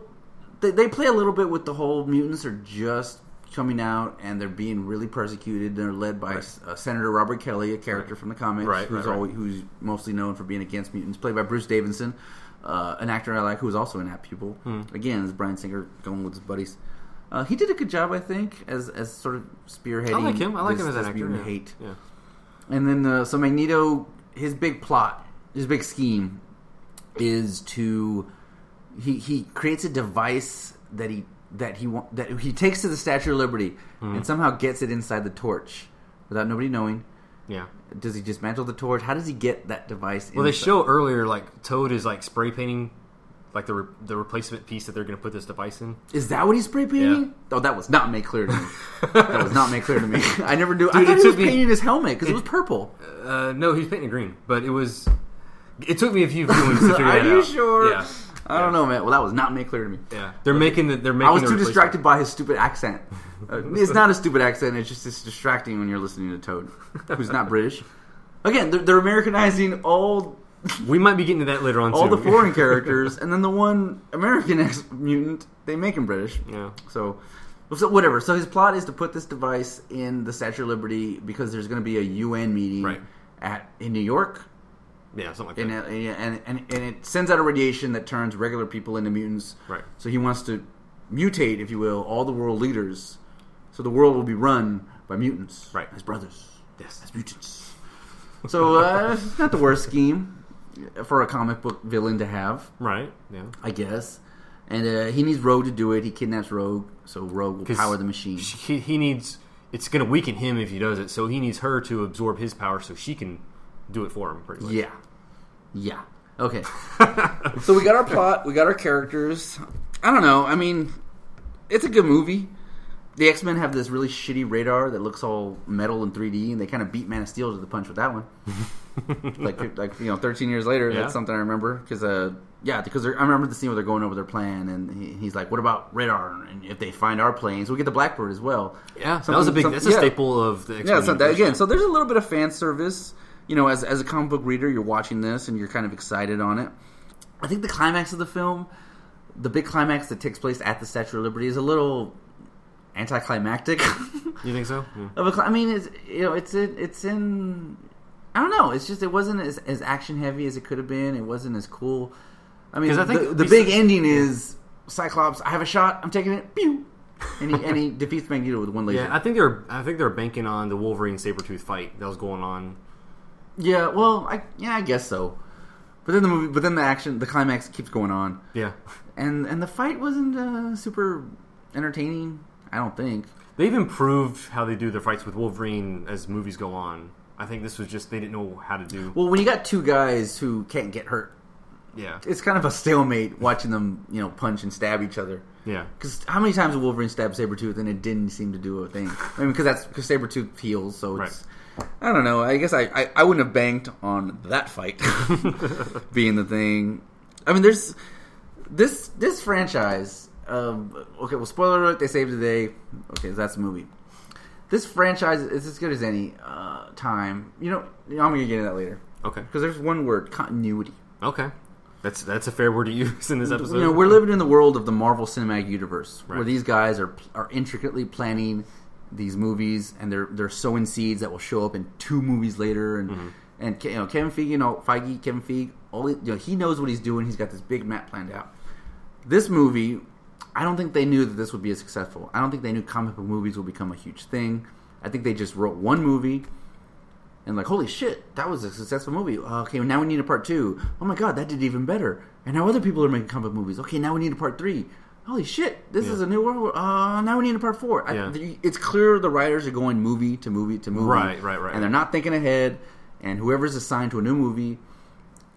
they, they play a little bit with the whole mutants are just coming out and they're being really persecuted. They're led by uh, Senator Robert Kelly, a character from the comics, Right, who's right, right. always, who's mostly known for being against mutants, played by Bruce Davidson, uh, an actor I like who was also in App Pupil. Hmm. Again, is Brian Singer going with his buddies. Uh, he did a good job, I think, as as sort of spearheading. I like him. I like this- him as an this actor. mutant yeah. Hate. Yeah. And then uh, so Magneto, his big plot, his big scheme, is to he he creates a device that he that he wa- that he takes to the Statue of Liberty Hmm. and somehow gets it inside the torch without nobody knowing. Yeah. Does he dismantle the torch? How does he get that device? Well, they show earlier like Toad is like spray painting, like the re- the replacement piece that they're going to put this device in. Is that what he's spray painting? Oh, that was not made clear to me. that was not made clear to me. I never knew. I Dude, it thought he was took me- painting his helmet because it, was purple. Uh, no, he's painting green, but it was. It took me a few viewings to figure Are that out. you sure? Yeah, I don't know, man. Well, that was not made clear to me. yeah. They're making the. They're making. I was the too replacement. distracted by his stupid accent. Uh, it's not a stupid accent. It's just it's distracting when you're listening to Toad, who's not British. Again, they're, they're Americanizing all We might be getting to that later on. all too. the foreign characters, and then the one American ex mutant they make him British. yeah. So, so whatever. So his plot is to put this device in the Statue of Liberty because there's going to be a UN meeting Right. at in New York, Yeah, something like that. and it, and, and and it sends out a radiation that turns regular people into mutants. Right. So he wants to mutate, if you will, all the world leaders, so the world will be run by mutants, Right. As brothers, Yes. as mutants. So uh, it's not the worst scheme for a comic book villain to have. Right. Yeah. I guess. And uh, he needs Rogue to do it. He kidnaps Rogue, so Rogue will 'Cause power the machine. He, he needs. It's going to weaken him if he does it, so he needs her to absorb his power so she can do it for him. Pretty much. Yeah. Yeah. Okay. so we got our plot, we got our characters. I don't know. I mean, it's a good movie. The X Men have this really shitty radar that looks all metal and 3D, and they kind of beat Man of Steel to the punch with that one. like, like you know, 13 years later, Yeah. that's something I remember because, uh, yeah, because they're- I remember the scene where they're going over their plan, and he, he's like, "What about radar? And if they find our planes, we get the Blackbird as well." Yeah. That Something- was a big. some- that's a yeah. staple of the. X-Men Yeah, so that, universe. again, so there's a little bit of fan service. You know, as as a comic book reader, you're watching this and you're kind of excited on it. I think the climax of the film, the big climax that takes place at the Statue of Liberty, is a little anticlimactic. You think so? Yeah. of a cli- I mean, it's you know, it's in, it's in. I don't know. It's just it wasn't as, as action heavy as it could have been. It wasn't as cool. I mean, 'Cause I think the, the we big said- ending is Cyclops. I have a shot. I'm taking it. Pew. And he, and he defeats Magneto with one laser. Yeah, I think they're I think they're banking on the Wolverine Sabretooth fight that was going on. Yeah, well, I yeah, I guess so. But then the movie, but then the action, the climax keeps going on, Yeah. and and the fight wasn't uh, super entertaining. I don't think. They've improved how they do their fights with Wolverine as movies go on. I think this was just they didn't know how to do. Well, when you got two guys who can't get hurt, Yeah. it's kind of a stalemate watching them, you know, punch and stab each other. Yeah. Because how many times did Wolverine stab Sabretooth and it didn't seem to do a thing? I mean, because that's because Sabretooth heals, so it's. I don't know. I guess I, I, I wouldn't have banked on that fight being the thing. I mean, there's this this franchise. Um, okay, well, spoiler alert: they saved the day. Okay, so that's the movie. This franchise is as good as any uh, time. You know, I'm gonna get into that later Okay. because there's one word: continuity. Okay. That's that's a fair word to use in this episode. You know, we're living in the world of the Marvel Cinematic Universe, where Right. these guys are are intricately planning these movies, and they're they're sowing seeds that will show up in two movies later. And and you know, Kevin Feige, you know, Feige, Kevin Feige, all he, you know, he knows what he's doing. He's got this big map planned out. This movie, I don't think they knew that this would be as successful. I don't think they knew comic book movies would become a huge thing. I think they just wrote one movie and like, holy shit, that was a successful movie. Okay, now we need a part two. Oh my god, that did even better. And now other people are making comic movies. Okay, now we need a part three. Holy shit, this Yeah. is a new world. Uh, now we need a part four. I- Yeah. th- it's clear the writers are going movie to movie to movie. Right, right, right. And they're not thinking ahead. And whoever's assigned to a new movie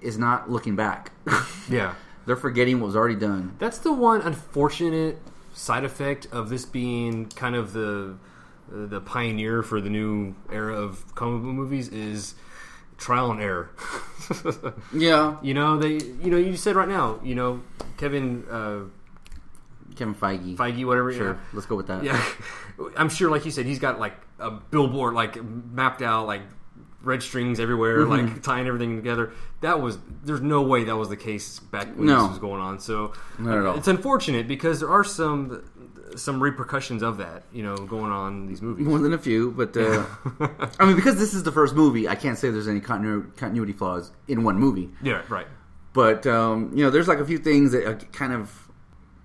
is not looking back. yeah. they're forgetting what was already done. That's the one unfortunate side effect of this being kind of the the pioneer for the new era of comic book movies is trial and error. Yeah, You know, they. You know, you said right now. You know, Kevin uh, Kevin Feige. Feige, whatever. Sure, let's go with that. Yeah. yeah. I'm sure, like you said, he's got like a billboard, like mapped out, like red strings everywhere, Mm-hmm. like tying everything together. That was. There's no way that was the case back when No. this was going on. So Not at all. It's unfortunate because there are some some repercussions of that. You know, going on in these movies. More than a few, but uh, I mean, because this is the first movie, I can't say there's any continu- continuity flaws in one movie. yeah. Right. But um, you know, there's like a few things that are kind of.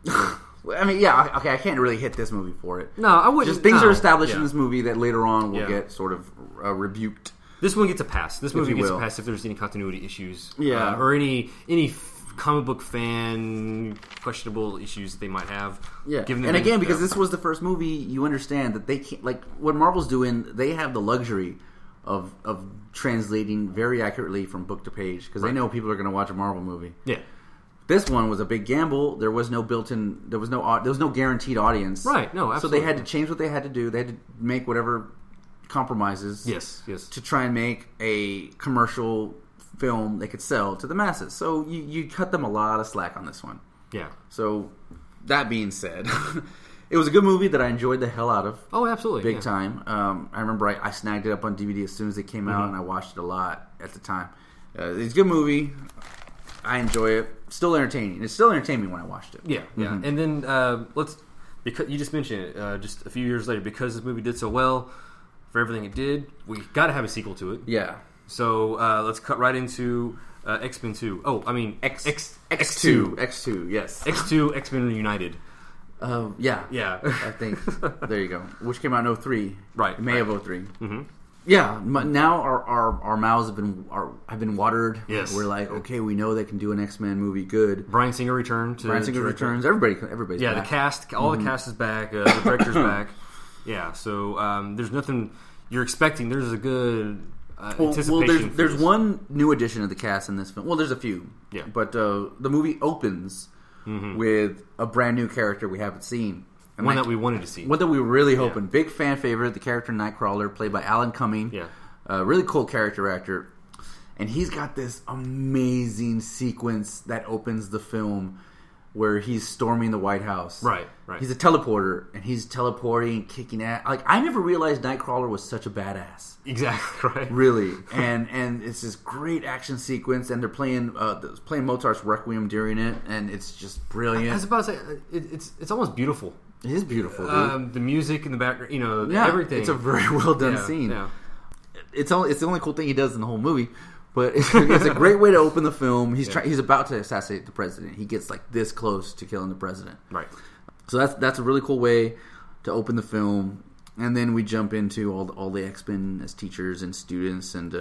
I mean, yeah, okay, I can't really hit this movie for it. No, I wouldn't. Just things no. are established in Yeah. this movie that later on will Yeah. get sort of uh, rebuked. This one gets a pass. This movie you gets will. a pass if there's any continuity issues, Yeah. uh, or any any f- comic book fan questionable issues that they might have. Yeah, Given that and they- again, because yeah. this was the first movie, you understand that they can't like what Marvel's doing. They have the luxury of of translating very accurately from book to page because they know people are going to watch a Marvel movie. yeah, This one was a big gamble. There was no built-in. There was no. au- There was no guaranteed audience. Right, no, So they absolutely. had to change what they had to do. They had to make whatever compromises. Yes, yes. To try and make a commercial film they could sell to the masses. So you you cut them a lot of slack on this one. Yeah. So that being said, it was a good movie that I enjoyed the hell out of Oh, absolutely. big yeah. time. Um, I remember I, I snagged it up on DVD as soon as it came Mm-hmm. out, and I watched it a lot at the time. Uh, it's a good movie. I enjoy it. Still entertaining. It's still entertaining when I watched it. Yeah, yeah. And then uh, let's because you just mentioned it uh, just a few years later because this movie did so well for everything it did, we got to have a sequel to it. Yeah. So uh, let's cut right into uh, X Men Two. Oh, I mean X X X two X two. Yes. X Two X Men United. Uh, yeah. Yeah. I think there you go. Which came out in 03. Right, May right. of 3 Mm-hmm. Yeah. m- Now our, our our mouths have been are have been watered. Yes. We're like, okay, we know they can do an X Men movie good. Brian Singer returned to Bryan Singer Mm-hmm. direct- returns. Everybody. Everybody's Yeah, back. the cast, all the cast is back. Uh, the director's back. Yeah, so um, there's nothing you're expecting. There's a good uh, anticipation. there's, for there's this. one new addition of the cast in this film. Well, there's a few. Yeah. Mm-hmm. But uh, the movie opens with a brand new character we haven't seen. And one that we wanted to see. one that we were really hoping. Big fan favorite, the character Nightcrawler, played by Alan Cumming. Yeah. Uh, really cool character actor. And he's got this amazing sequence that opens the film where he's storming the White House. Right, right. He's a teleporter, and he's teleporting, kicking ass. Like, I never realized Nightcrawler was such a badass Exactly right. really and and it's this great action sequence and they're playing uh th- playing mozart's requiem during it and it's just I was brilliant about to say it, it's it's almost beautiful. it is beautiful dude. Um, the music in the background, you know, yeah everything. it's a very well done Yeah, scene yeah. it's only it's the only cool thing he does in the whole movie but it's, it's a great way to open the film he's trying he's about to assassinate the president he gets like this close to killing the president Right. So that's that's a really cool way to open the film, and then we jump into all the, all the X Men as teachers and students, and uh,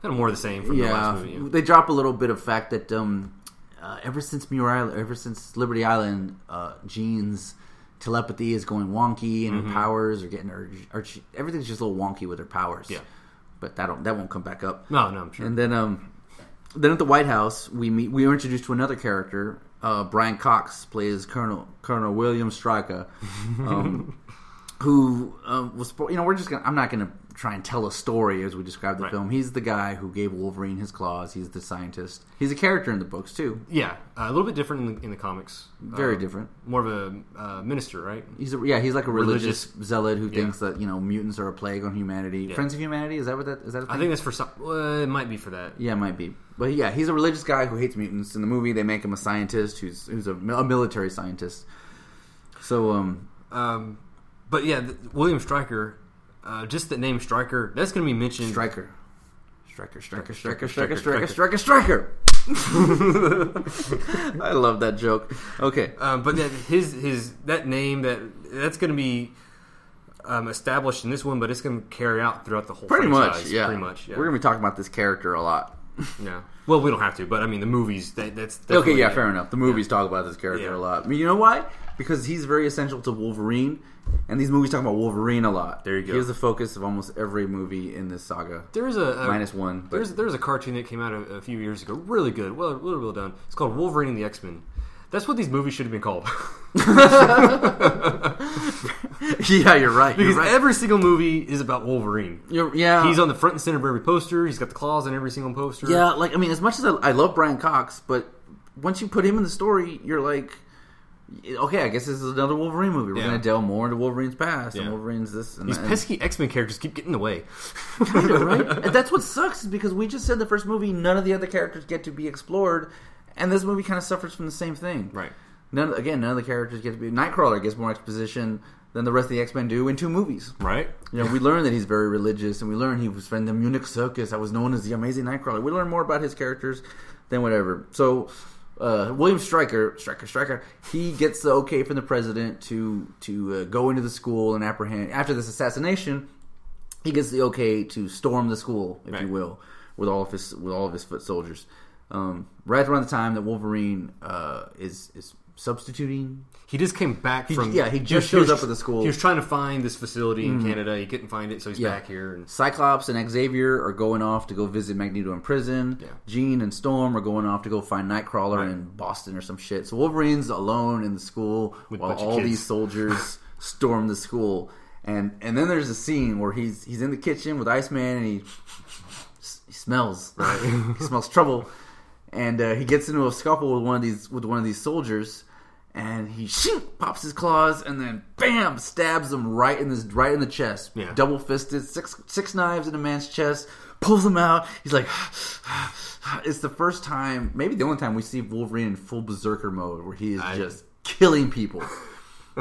Kind of more of the same from the yeah, last movie. yeah. they drop a little bit of fact that um, uh, ever since Muir Island, ever since Liberty Island, uh, Jean's telepathy is going wonky, Mm-hmm. and her powers are getting her, her she, everything's just a little wonky with her powers. Yeah. but that don't that won't come back up. No, no, I'm sure. And then um, then at the White House, we meet we are introduced to another character. Uh, Brian Cox plays Colonel Colonel William Stryker, um, who um, was you know we're just gonna I'm not gonna try and tell a story as we describe the Right. film. He's the guy who gave Wolverine his claws. He's the scientist. He's a character in the books too. yeah, uh, a little bit different in the, in the comics. Very Uh, different. More of a uh, minister, right? He's a, yeah, he's like a religious, zealot who Yeah. thinks that you know mutants are a plague on humanity. Friends of Humanity is that what that is that? A thing? I think that's for some. Uh, it might be for that. Yeah, it might be. But yeah, he's a religious guy who hates mutants. In the movie, they make him a scientist who's who's a, mil- a military scientist. So um, Um, but yeah, th- William Stryker. Uh, just the name Stryker. That's going to be mentioned. striker, striker, striker, striker, Striker, striker, striker, striker, striker. I love that joke. Okay, uh, Um, but that, his his that name that that's going to be um, established in this one, but it's going to carry out throughout the whole. pretty much. franchise, Yeah, pretty much. Yeah. We're gonna be talking about this character a lot. Yeah. Well, we don't have to, but I mean, the movies. That, that's Okay, definitely- yeah, fair enough. The movies talk about this character Yeah. a lot. I mean, you know why? Because he's very essential to Wolverine, and these movies talk about Wolverine a lot. There you go. He is the focus of almost every movie in this saga. There's a, a Minus one. But There's there's a cartoon that came out a, a few years ago, really good, well, really well done. It's called Wolverine and the X Men. That's what these movies should have been called. yeah, you're right. You're because right. every single movie is about Wolverine. You're- yeah, He's on the front and center of every poster. He's got the claws on every single poster. yeah. Like I mean, as much as I, I love Brian Cox, but once you put him in the story, you're like, okay, I guess this is another Wolverine movie. We're Yeah. gonna delve more into Wolverine's past Yeah. and Wolverine's this and These that. pesky X Men characters keep getting in the way. Kind of, right? And that's what sucks is because we just said the first movie, none of the other characters get to be explored, and this movie kind of suffers from the same thing. Right. None again, none of the characters get to be. Nightcrawler gets more exposition than the rest of the X Men do in two movies. Right? You know, we learn that he's very religious, and we learn he was from the Munich Circus. that was known as the Amazing Nightcrawler. We learn more about his characters than whatever. So, uh, William Stryker, Stryker, Stryker, he gets the okay from the president to to uh, go into the school and apprehend. After this assassination, he gets the okay to storm the school, if Right. you will, with all of his with all of his foot soldiers. Um, right around the time that Wolverine uh, is is substituting. He just came back He- from. yeah, he just was- shows up at the school. Mm-hmm. He was trying to find this facility in Canada. He couldn't find it, so he's Yeah. back here. And Cyclops and Xavier are going off to go visit Magneto in prison. Yeah. Jean and Storm are going off to go find Nightcrawler Right. in Boston or some shit. So Wolverine's alone in the school With a while bunch of all kids. these soldiers storm the school. And and then there's a scene where he's he's in the kitchen with Iceman and he he smells he smells trouble, and uh, he gets into a scuffle with one of these with one of these soldiers, and he shoot, pops his claws and then bam stabs him right in this right in the chest. Yeah. double fisted, six six knives in a man's chest. Pulls him out. He's like, it's the first time, maybe the only time we see Wolverine in full berserker mode, where he is I- just killing people.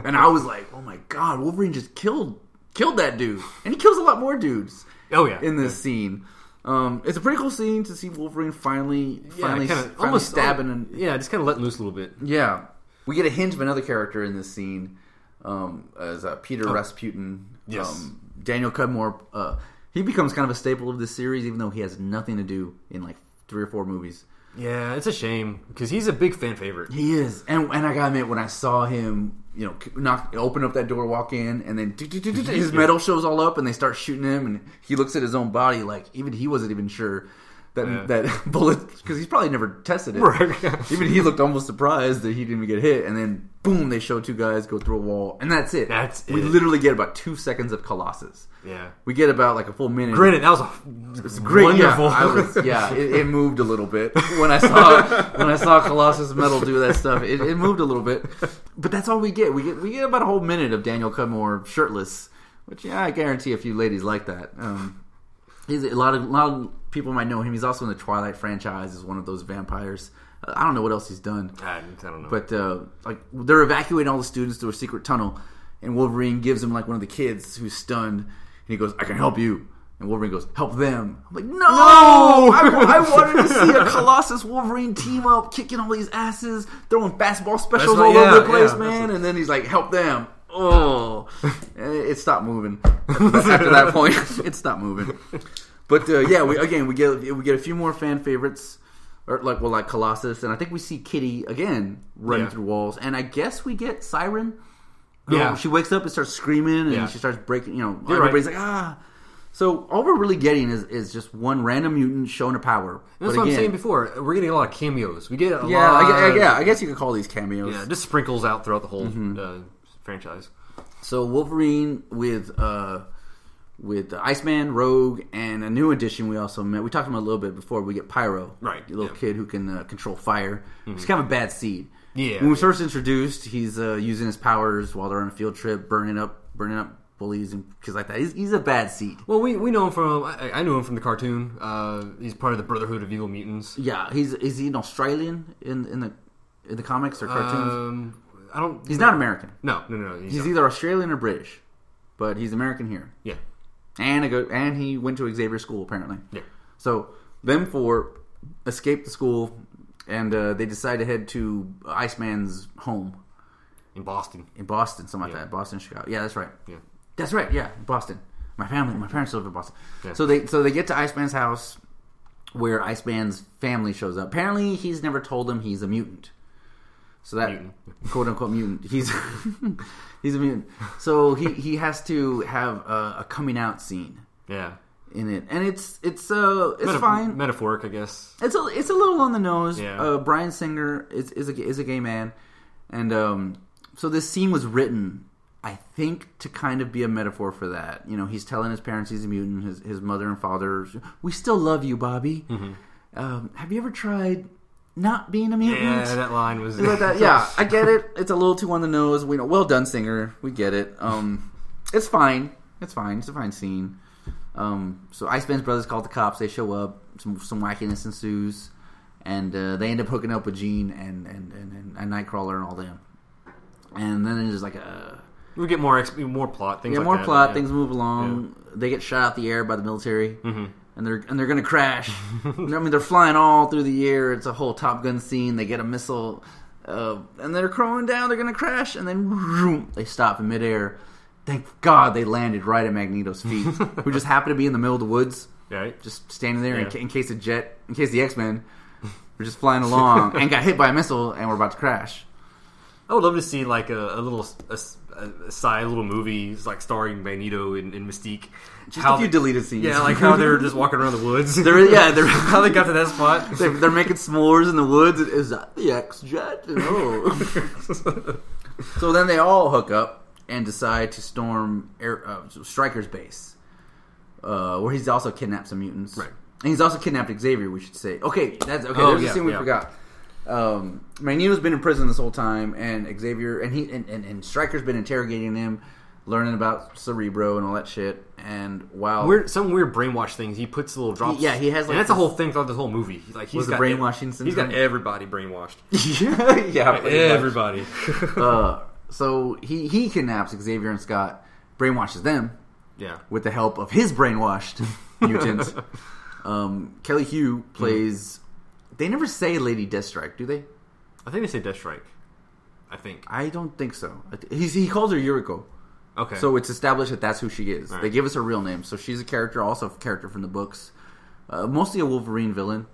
and I was like, oh my god, Wolverine just killed killed that dude, and he kills a lot more dudes oh yeah, in this scene. Um, it's a pretty cool scene to see Wolverine finally, yeah, finally, kinda- uh, finally stabbing. and Yeah, just kind of letting loose a little bit. yeah, we get a hint of another character in this scene um, as uh, Peter Rasputin. Oh. Yes. Um, Daniel Cudmore. Uh, he becomes kind of a staple of this series, even though he has nothing to do in like three or four movies. Yeah, it's a shame because he's a big fan favorite. He is, and and I gotta admit, when I saw him, you know, knock, open up that door, walk in, and then do, do, do, do, do, his metal shows all up, and they start shooting him, and he looks at his own body like even he wasn't even sure that Yeah. that bullet because he's probably never tested it. Right. even he looked almost surprised that he didn't even get hit, and then boom, they show two guys go through a wall, and that's it. That's we it. literally get about two seconds of Colossus. Yeah. We get about like a full minute. Granted, that was a It's great. Wonderful. Yeah, I was, yeah it, it moved a little bit when I saw when I saw Colossus Metal do that stuff. It, it moved a little bit, but that's all we get. We get we get about a whole minute of Daniel Cudmore shirtless, which yeah, I guarantee a few ladies like that. Um, he's a lot of a lot of people might know him. He's also in the Twilight franchise as one of those vampires. Uh, I don't know what else he's done. I, I don't know. But uh, like they're evacuating all the students to a secret tunnel, and Wolverine gives him like one of the kids who's stunned, and he goes, "I can help you." And Wolverine goes, "Help them." I'm like, "No, I, I wanted to see a Colossus Wolverine team up, kicking all these asses, throwing fastball specials what- all over the yeah, place, yeah, man." And then he's like, "Help them." Oh, And it it stopped moving after that point. it stopped moving. But uh, yeah, we again we get we get a few more fan favorites, or like well like Colossus, and I think we see Kitty again running Yeah. through walls, and I guess we get Siren. Yeah. Um, she wakes up and starts screaming, and Yeah. she starts breaking. You know, You're right. everybody's like ah. So all we're really getting is, is just one random mutant showing her power. that's But what again- I'm saying before. We're getting a lot of cameos. We get a Yeah, I, lot. gue- I- of- yeah, I guess you could call these cameos. yeah, just sprinkles out throughout the whole Mm-hmm. uh, franchise. So Wolverine with uh with Iceman, Rogue, and a new addition we also met. We talked about him a little bit before. We get Pyro, Right, The little yeah. Mm-hmm. kid who can uh, control fire. He's kind of a bad seed. Yeah, When we yeah. first introduced, he's uh, using his powers while they're on a field trip, burning up, burning up bullies and kids like that. He's, he's a bad seed. Well, we, we know him from I, I knew him from the cartoon. Uh, he's part of the Brotherhood of Evil Mutants. Yeah, he's is he an Australian in in the in the comics or cartoons? Um, I don't. he's not American. No, no, no. no he's He's e- not. either Australian or British, but he's American here. yeah, and a go- and he went to Xavier School apparently. yeah. So them four escaped the school, and uh, they decide to head to Iceman's home In Boston. in Boston, something like that. Boston, Chicago. Yeah, that's right. Yeah. That's right. Yeah, Boston. My family, my parents live in Boston. Yeah. So they so they get to Iceman's house, where Iceman's family shows up. Apparently, he's never told them he's a mutant. So that Mutant. quote unquote mutant. He's he's a mutant. So he he has to have a, a coming out scene Yeah. in it, and it's it's uh it's Metaf- fine. Metaphoric, I guess. It's a it's a little on the nose. Yeah. Uh, Brian Singer is is a is a gay man, and um, so this scene was written, I think, to kind of be a metaphor for that. You know, he's telling his parents he's a mutant. His his mother and father, we still love you, Bobby. Mm-hmm. Um, have you ever tried not being a mutant? Yeah, that line was. Something like that. Yeah, I get it. It's a little too on the nose. We know. Well done, singer. We get it. Um, it's fine. It's fine. It's a fine scene. Um, so Iceman's brothers call the cops. They show up. Some some wackiness ensues, and uh, they end up hooking up with Jean and and, and, and, and Nightcrawler and all them. And then there's like a we get more exp- more plot things. yeah, like more that, plot. yeah. Things move along. They get shot out the air by the military, Mm-hmm. and they're and they're gonna crash. I mean, they're flying all through the air. It's a whole Top Gun scene. They get a missile, uh, and they're crowing down. They're gonna crash, and then vroom, they stop in midair. Thank God they landed right at Magneto's feet, who just happened to be in the middle of the woods, Yeah. just standing there in, Yeah. ca- in case a jet, in case the X Men were just flying along and got hit by a missile and were about to crash. I would love to see like a, a little a, a side little movie like starring Magneto and, and Mystique. Just a few deleted scenes. yeah, like how they're just walking around the woods. They're- yeah, they're- how they got to that spot. they're, they're making s'mores in the woods. Is that the X Jet? Oh. so then they all hook up and decide to storm Air, uh, Stryker's base, uh, where he's also kidnapped some mutants. Right. And he's also kidnapped Xavier. We should say. Okay, that's okay. Oh, there's yeah, a scene we yeah. forgot. Um, Magneto's been in prison this whole time, and Xavier and he and, and, and Stryker's been interrogating him, learning about Cerebro and all that shit. And wow, Weird, some weird brainwash things. He puts little drops. Yeah, he has, like, and that's a this- whole thing throughout the whole movie. He- Like he's Was it got e, brainwashing He's got syndrome? everybody brainwashed. yeah, yeah, pretty much. Everybody. uh, so he he kidnaps Xavier and Scott, brainwashes them yeah. with the help of his brainwashed mutants. um, Kelly Mm-hmm. Hugh plays. They never say Lady Deathstrike, do they? I think they say Death Strike. I think. I don't think so. I th- He's, he calls her Yuriko, Okay. so it's established that that's who she is. Alright. They give us her real name, so she's a character, also a character from the books, uh, mostly a Wolverine villain.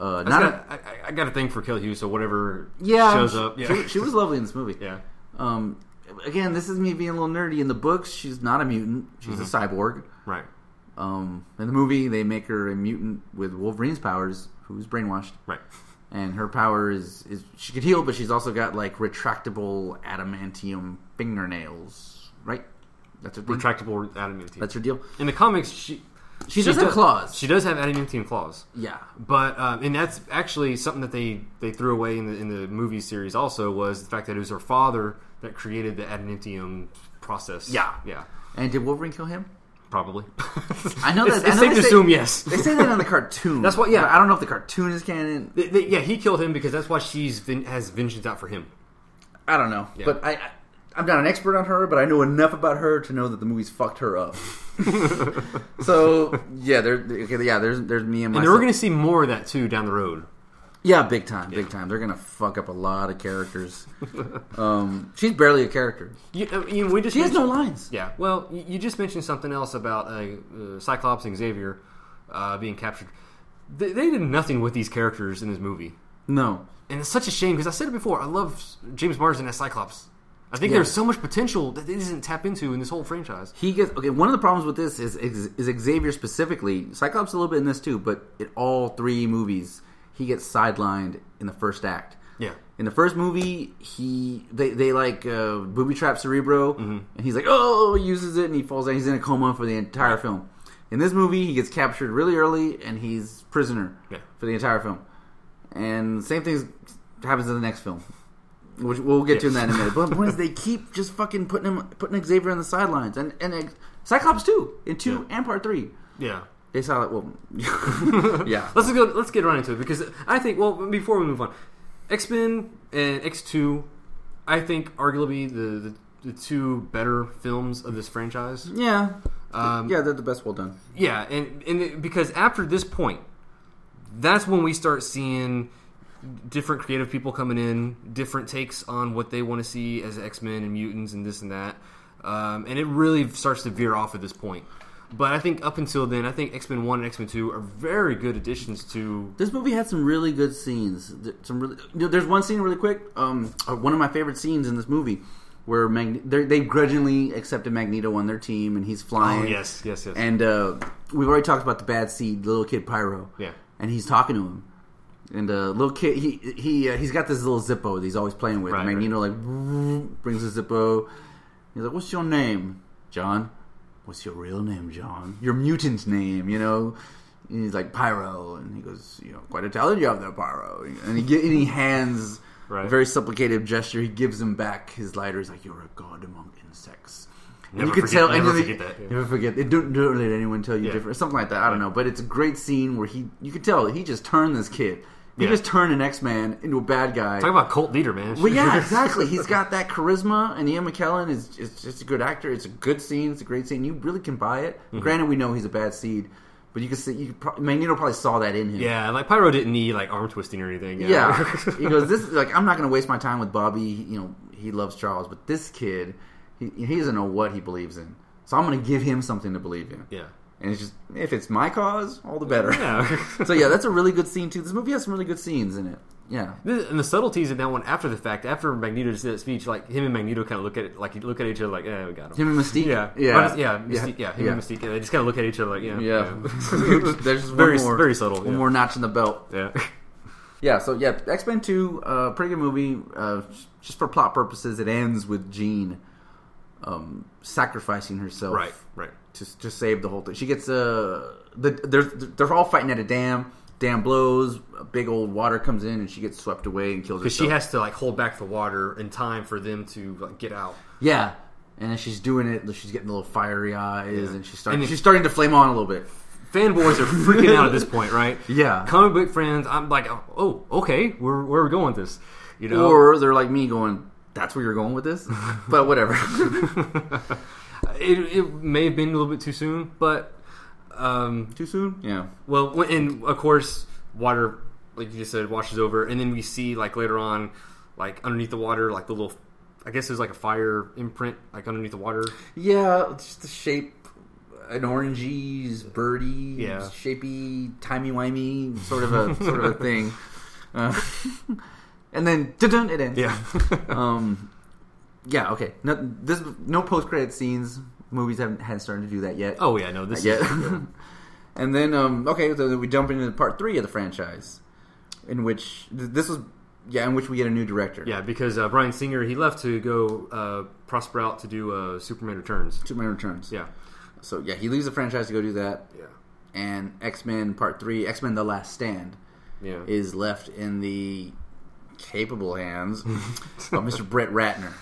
Uh, I not got, a, I, I- I got a thing for Kill Hughes, so whatever yeah, shows she- up. Yeah. She, she was lovely in this movie. yeah. Um, again, this is me being a little nerdy. In the books, she's not a mutant; she's Mm-hmm. a cyborg. Right. Um, in the movie, they make her a mutant with Wolverine's powers, who's brainwashed, Right. and her power is, is she could heal, but she's also got like retractable adamantium fingernails. Right? That's her thing. Retractable adamantium. That's her deal. In the comics, she She, does have do- claws. She does have adamantium claws, yeah. but um, and that's actually something that they they threw away in the in the movie series. Also, was the fact that it was her father that created the adamantium process. Yeah. Yeah. And did Wolverine kill him? Probably. I know It's, it's that- I know safe they to say- assume yes. They say that in the cartoon. That's what- yeah. But I don't know if the cartoon is canon. They- they- yeah, he killed him because that's why she's vin- has vengeance out for him. I don't know, but I, I I'm not an expert on her, but I know enough about her to know that the movies fucked her up. so yeah, there okay, yeah, there's there's me and my And we're going to see more of that too down the road. yeah, big time, big time. They're gonna fuck up a lot of characters. um, she's barely a character. You, uh, you know, we just She has no mentioned- lines. Yeah. Well, y- you just mentioned something else about uh, uh, Cyclops and Xavier uh, being captured. They, they did nothing with these characters in this movie, No, and it's such a shame because I said it before. I love James Marsden as Cyclops. I think there's so much potential that they didn't tap into in this whole franchise. he gets okay. One of the problems with this is is, is Xavier specifically. Cyclops a little bit in this too, but in all three movies, he gets sidelined in the first act. Yeah. In the first movie, he they they like uh, booby trap Cerebro, Mm-hmm. and he's like, oh, uses it, and he falls down. He's in a coma for the entire film. In this movie, he gets captured really early, and he's prisoner Yeah. for the entire film. And same thing happens in the next film, which we'll get to in that in a minute. But the point is, they keep just fucking putting him putting Xavier on the sidelines, and and uh, Cyclops too in two and part three. Yeah. They saw that. Well, yeah, Let's go. Let's get right into it because I think. Well, before we move on, X Men and X Two, I think arguably the, the the two better films of this franchise. yeah, Um, yeah. They're the best. Well done. Yeah, and and it- because after this point, that's when we start seeing different creative people coming in, different takes on what they want to see as X Men and mutants and this and that, um, and it really starts to veer off at this point. But I think up until then, I think X Men One and X Men Two are very good additions to. This movie had some really good scenes. Th- Some really, you know, there's one scene really quick. Um, uh, one of my favorite scenes in this movie, where Magne- they're- they grudgingly accepted Magneto on their team, and he's flying. yes, yes, yes. Oh, And uh, we've already talked about the bad seed, the little kid Pyro. Yeah. And he's talking to him, and uh, little kid he he uh, he's got this little Zippo that he's always playing with. Right, and Magneto like brings a Zippo. He's like, "What's your name, John? What's your real name, John? Your mutant name, you know?" And he's like Pyro, and he goes, "You know, quite Italian, you have there, Pyro." And he get, and he hands Right. a very supplicative gesture. He gives him back his lighter. He's like, "You're a god among insects." And Never you can forget- tell, and never then- forget that, yeah. Never forget. They don't, don't let anyone tell you Yeah. different, something like that. I don't know, but it's a great scene where he, you can tell he just turned this kid. He Yeah. just turned an X Man into a bad guy. Talk about cult leader, man. Well, yeah, exactly. He's got that charisma, and Ian McKellen is, is just a good actor. It's a good scene. It's a great scene. You really can buy it. Mm-hmm. Granted, we know he's a bad seed, but you can see you could pro- Magneto probably saw that in him. Yeah, like Pyro didn't need like arm twisting or anything. Yeah. he goes, this is like, I'm not going to waste my time with Bobby. You know, he loves Charles, but this kid, he, he doesn't know what he believes in. So I'm going to give him something to believe in. yeah. And it's just, if it's my cause, all the better. Yeah. so yeah, that's a really good scene too. This movie has some really good scenes in it. yeah. This- And the subtleties in that one after the fact, after Magneto just did that speech, like him and Magneto kind of look at it, like you look at each other, like, "Yeah, we got him." Him and Mystique. Yeah, Or yeah, just- yeah, Mystique, yeah. Him and Mystique, yeah, they just kind of look at each other, like, "Yeah, Yeah. There's just one Very- more, very subtle, One yeah. more notch in the belt. yeah." Yeah, so yeah, X Men Two, uh, pretty good movie. Uh, just for plot purposes, it ends with Jean um, sacrificing herself, right, right. to to save the whole thing. She gets uh, the, they're they're all fighting at a dam. Dam blows, a big old water comes in, and she gets swept away and kills herself. Because she has to like hold back the water in time for them to like get out. yeah, and as she's doing it, she's getting little fiery eyes, and she's starting And it- she's starting to flame on a little bit. Fanboys are freaking out at this point, right? Yeah. Comic book friends, I'm like, oh, okay, where where are we going with this? You know, Or they're like me, going, "That's where you're going with this," but whatever. it, it may have been a little bit too soon, but um, Too soon? Yeah. well, when- and of course, water, like you just said, washes over, and then we see like later on, like underneath the water, like the little, I guess there's like a fire imprint like underneath the water. Yeah, it's just the shape. An orangey, birdy, Yeah. shapey, timey wimey sort of a sort of a thing, uh, and then dun it ends. Um, yeah. Okay. No, this no post credit scenes. Movies haven't hadn't started to do that yet. oh yeah, no, this yet. is and then um, okay, so then we jump into part three of the franchise, in which th- this was yeah, in which we get a new director. yeah because uh, Brian Singer he left to go uh, prosper out to do uh, Superman Returns. Superman Returns. Yeah, So yeah, he leaves the franchise to go do that. yeah, and X Men Part Three, X Men: The Last Stand, yeah. is left in the capable hands of Mr. Brett Ratner,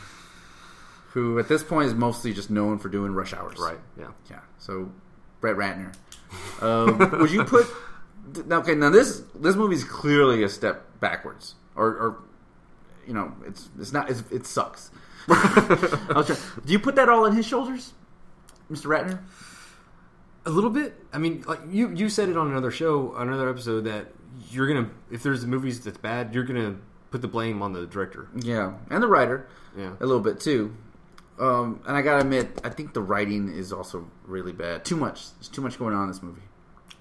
who at this point is mostly just known for doing Rush Hours. right. Yeah. Yeah. So Brett Ratner, um, would you put? th- now, Okay. Now this this movie is clearly a step backwards, or, or you know, it's it's not it's, it sucks. I was trying- do you put that all on his shoulders, Mr. Ratner? A little bit. I mean, like you you said it on another show, another episode that you're gonna if there's movies that's bad, you're gonna put the blame on the director. Yeah, and the writer. Yeah. a little bit too. Um, and I gotta admit, I think the writing is also really bad. Too much. There's too much going on in this movie.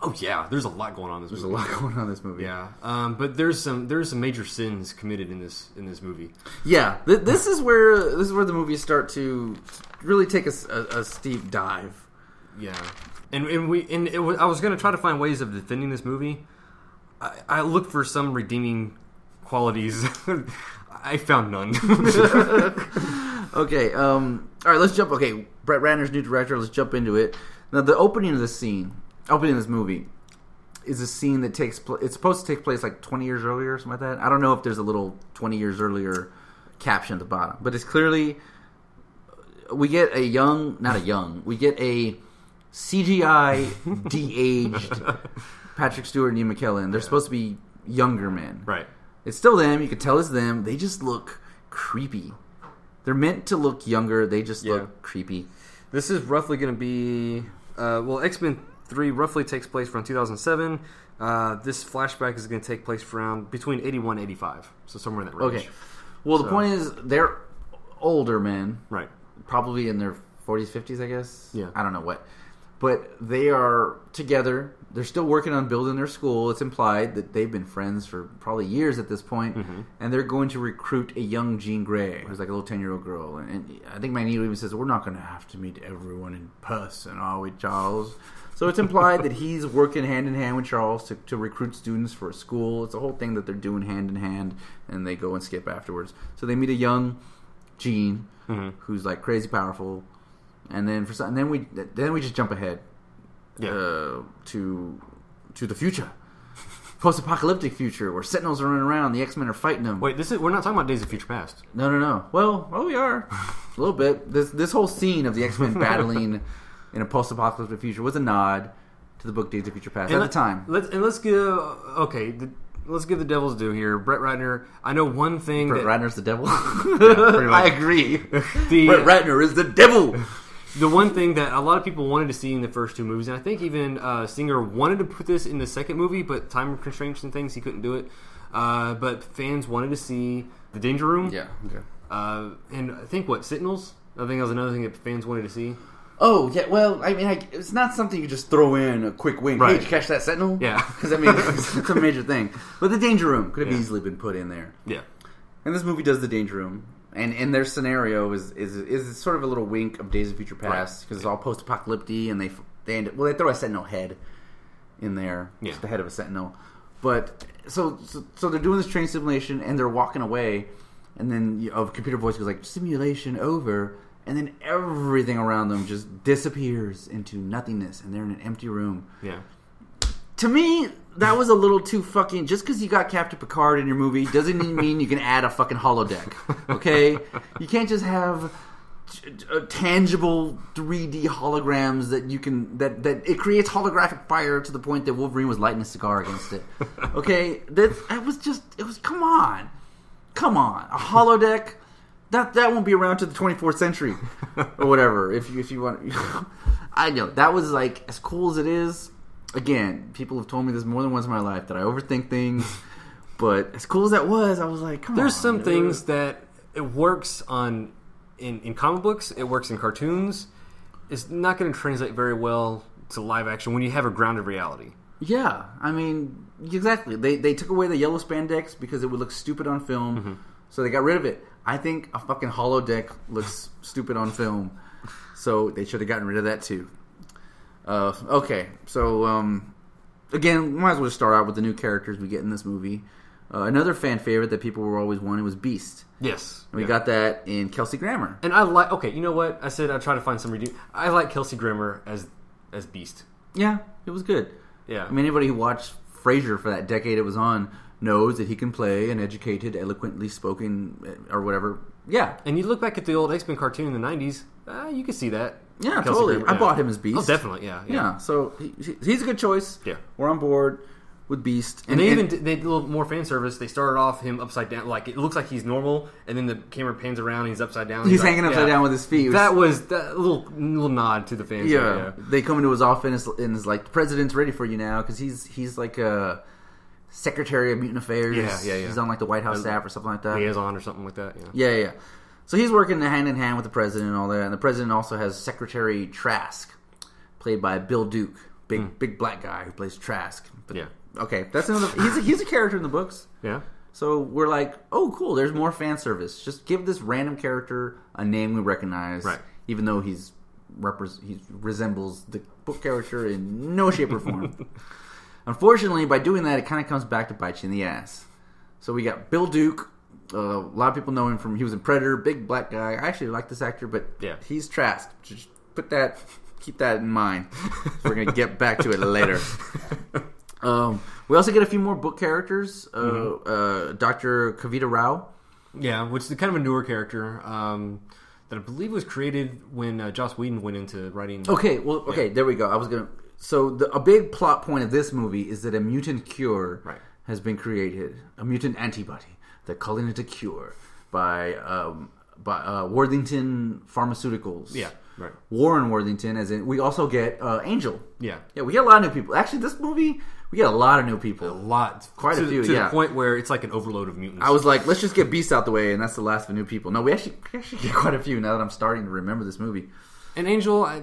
Oh yeah, there's a lot going on in this There's a movie. lot going on in this movie. Yeah, um, but there's some there's some major sins committed in this in this movie. yeah. Th- this is where this is where the movies start to really take a, s- a- a steep dive. Yeah, and and we and it was, I was gonna try to find ways of defending this movie. I, I looked for some redeeming qualities. I found none. Okay. Um. All right. Let's jump. Okay. Brett Ratner's new director. Let's jump into it. Now, the opening of this scene, opening of this movie, is a scene that takes. Pl- it's supposed to take place like 20 years earlier, or something like that. I don't know if there's a little 20 years earlier caption at the bottom, but it's clearly uh, we get a young, not a young, we get a CGI de-aged Patrick Stewart and Ian McKellen. They're supposed to be younger men, right. it's still them. You can tell it's them. They just look creepy. They're meant to look younger. They just Yeah. look creepy. This is roughly going to be uh, well, X Men Three roughly takes place from 2007. Uh, this flashback is going to take place from between 81 and 85, so somewhere in that range. Okay. Well, the So- point is, they're older men, Right. probably in their 40s, 50s, I guess. Yeah. I don't know what. But they are together. They're still working on building their school. It's implied that they've been friends for probably years at this point, and they're going to recruit a young Jean Grey, who's like a little ten-year-old girl. And, and I think Magneto even says, "We're not going to have to meet everyone in person, are we, Charles?" So it's implied that he's working hand in hand with Charles to, to recruit students for a school. It's a whole thing that they're doing hand in hand, and they go and skip afterwards. So they meet a young Jean, who's like crazy powerful, and then for some, and then we then we just jump ahead Yeah. uh, to to the future, post-apocalyptic future where Sentinels are running around, the X Men are fighting them. Wait, this is we're not talking about Days of Future Past. No, no, no. Well, well, we are a little bit. This this whole scene of the X Men battling in a post-apocalyptic future was a nod to the book Days of Future Past at let- the time. Let's and let's give okay. The, let's give the devil's due here. Brett Ratner. I know one thing. Brett that, Ratner's the devil. pretty much. I agree. The, Brett Ratner is the devil. the one thing that a lot of people wanted to see in the first two movies, and I think even uh, Singer wanted to put this in the second movie, but time constraints and things, he couldn't do it. Uh, but fans wanted to see the Danger Room. Okay. Uh, and I think what Sentinels. I think that was another thing that fans wanted to see. Oh yeah, well, I mean, I, it's not something you just throw in a quick win. Hey, Right. did you catch that sentinel? Yeah. because I mean, it's, it's a major thing. But the danger room could have Yeah. easily been put in there, Yeah. and this movie does the danger room, and and their scenario is is is sort of a little wink of Days of Future Past because it's all post apocalyptic, and they f- they end well they throw a sentinel head in there, Yeah. just the head of a sentinel. But so, so so they're doing this train simulation, and they're walking away, and then you, a computer voice goes like simulation over, and then everything around them just disappears into nothingness, and they're in an empty room Yeah. to me, that was a little too fucking. Just because you got Captain Picard in your movie doesn't even mean you can add a fucking holodeck. Okay, you can't just have t- t- uh, tangible 3D holograms that you can that that it creates holographic fire to the point that Wolverine was lighting a cigar against it. Okay, that I was just it was come on, come on, a holodeck. That, that won't be around to the 24th century or whatever if you, if you want i know that was like as cool as it is again, people have told me this more than once in my life that I overthink things. but as cool as that was, I was like, come There's on, some dude. things that it works on in, in comic books. It works in cartoons. It's not going to translate very well to live action when you have a grounded reality. Yeah, I mean, exactly. They they took away the yellow spandex because it would look stupid on film, so they got rid of it. I think a fucking holodeck looks stupid on film, so they should have gotten rid of that too. Uh, okay, so um, again, might as well just start out with the new characters we get in this movie. Uh, another fan favorite that people were always wanting was Beast. Yes, We Yeah. got that in Kelsey Grammer. And I like. Okay, you know what? I said I try to find some redeem. I like Kelsey Grammer as as Beast. Yeah, it was good. Yeah. I mean, anybody who watched Frasier for that decade it was on knows that he can play an educated, eloquently spoken, uh, or whatever. Yeah, and you look back at the old X Men cartoon in the '90s. Uh, you can see that. yeah, Kelsey totally. Grammer, I yeah. bought him as Beast. Oh, definitely. Yeah. Yeah. Yeah, so he, he- he's a good choice. Yeah. we're on board with Beast, And, they even did, they did a little more fan service. They started off him upside down, like it looks like he's normal, and then the camera pans around, and he's upside down. and he's, hanging like, upside yeah. down with his feet. It was- That was that little little nod to the fans. yeah. Yeah, they come into his office and is like, "The president's ready for you now," because he's he's like a secretary of mutant affairs. Yeah, yeah, yeah. He's on like the White House staff or something like that. liaison or something like that. Yeah, Yeah, yeah. yeah. So he's working hand in hand with the president and all that, and the president also has Secretary Trask, played by Bill Duke, big big black guy who plays Trask. But, Hmm. Yeah. Okay, that's another. He's a, he's a character in the books, yeah, so we're like, oh, cool. There's more fan service. Just give this random character a name we recognize, Right. Even though he's repres he resembles the book character in no shape or form. Unfortunately, by doing that, it kind of comes back to bite you in the ass. So we got Bill Duke. Uh, a lot of people know him from he was in Predator, big black guy. I actually like this actor, but Yeah. he's Trask. Just put that, keep that in mind. We're gonna get back to it later. Um, we also get a few more book characters. Uh, uh, Doctor Kavita Rao. yeah. Which is kind of a newer character um, that I believe was created when uh, Joss Whedon went into writing. Okay, well, okay, there we go. I was gonna. So the, a big plot point of this movie is that a mutant cure Right. has been created, a mutant antibody. They're calling it a cure by um, by uh, Worthington Pharmaceuticals. Yeah, right. Warren Worthington, as in we also get uh, Angel. Yeah. yeah, we get a lot of new people. Actually, this movie we get a lot of new a people. lot, Quite a to, the- few, to yeah. the point where it's like an overload of mutants. I was like, let's just get Beast out the way, and that's the last of the new people. No, we actually, we actually get quite a few now that I'm starting to remember this movie. and Angel. I,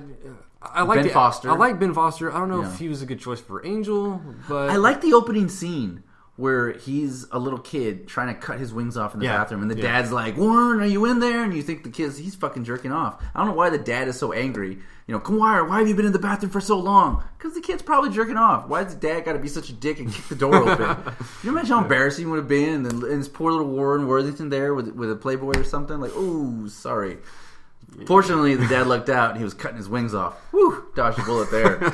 I like Ben the- Foster. I like Ben Foster. I don't know Yeah. if he was a good choice for Angel, but I like the opening scene where he's a little kid trying to cut his wings off in the Yeah. bathroom, and the Yeah. dad's like, Warren, are you in there? And you think the kid's, he's fucking jerking off. I don't know why the dad is so angry. You know, Kawire, why have you been in the bathroom for so long? Because the kid's probably jerking off. Why does the dad got to be such a dick and kick the door open? Can you imagine how embarrassing it would have been? And, then, and this poor little Warren Worthington there with, with a Playboy or something? Like, ooh, sorry. Fortunately, the dad lucked out and he was cutting his wings off. Woo! Dodged a bullet there.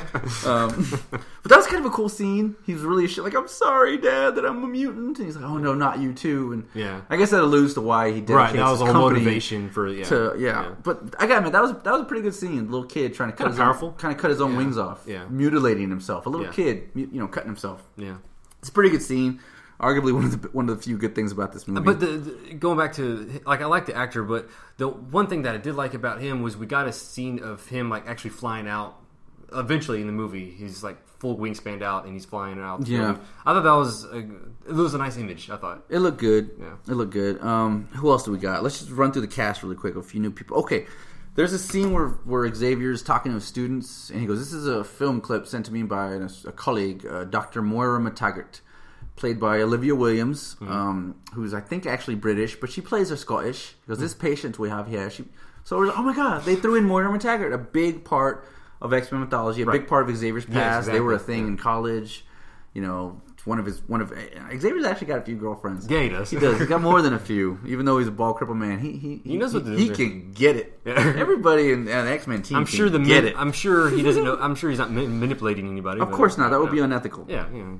um, but that was kind of a cool scene. He was really shit, like, I'm sorry, dad, that I'm a mutant. And he's like, oh no, not you too. And Yeah. I guess that alludes to why he did right. That was all motivation for yeah. To, yeah. but I gotta admit that was that was a pretty good scene. The little kid trying to cut Kinda his powerful. kind of cut his own wings off, Yeah. mutilating himself. A little Yeah. kid, mu- you know, cutting himself. yeah. yeah. It's a pretty good scene. Arguably one of the one of the few good things about this movie. But the, the- going back to like I like the actor, but the one thing that I did like about him was we got a scene of him like actually flying out. Eventually in the movie, he's like full wingspan out and he's flying out. Yeah. I thought that was a, it was a nice image. I thought. It looked good. Yeah. It looked good. Um, who else do we got? Let's just run through the cast really quick. A few new people. Okay, There's a scene where where Xavier's talking to his students, and he goes, "This is a film clip sent to me by a, a colleague, uh, Dr. Moira McTaggart, played by Olivia Williams, Hmm. um, who's I think actually British, but she plays her Scottish. Because Hmm. this patient we have here, she so we're like, oh my god, they threw in Moira McTaggart, a big part of X Men mythology, a big part of Xavier's past. They were a exactly. thing in college, you know." it's One of his, one of Xavier's actually got a few girlfriends. Yeah, he does. He does. He's got more than a few. Even though he's a ball cripple man, he he he knows what to do He there. can get it. Yeah. Everybody in uh, the X Men team. I'm sure the get man- it. I'm sure he doesn't know. I'm sure he's not ma- manipulating anybody. of but- course not. That would be unethical. Yeah, yeah.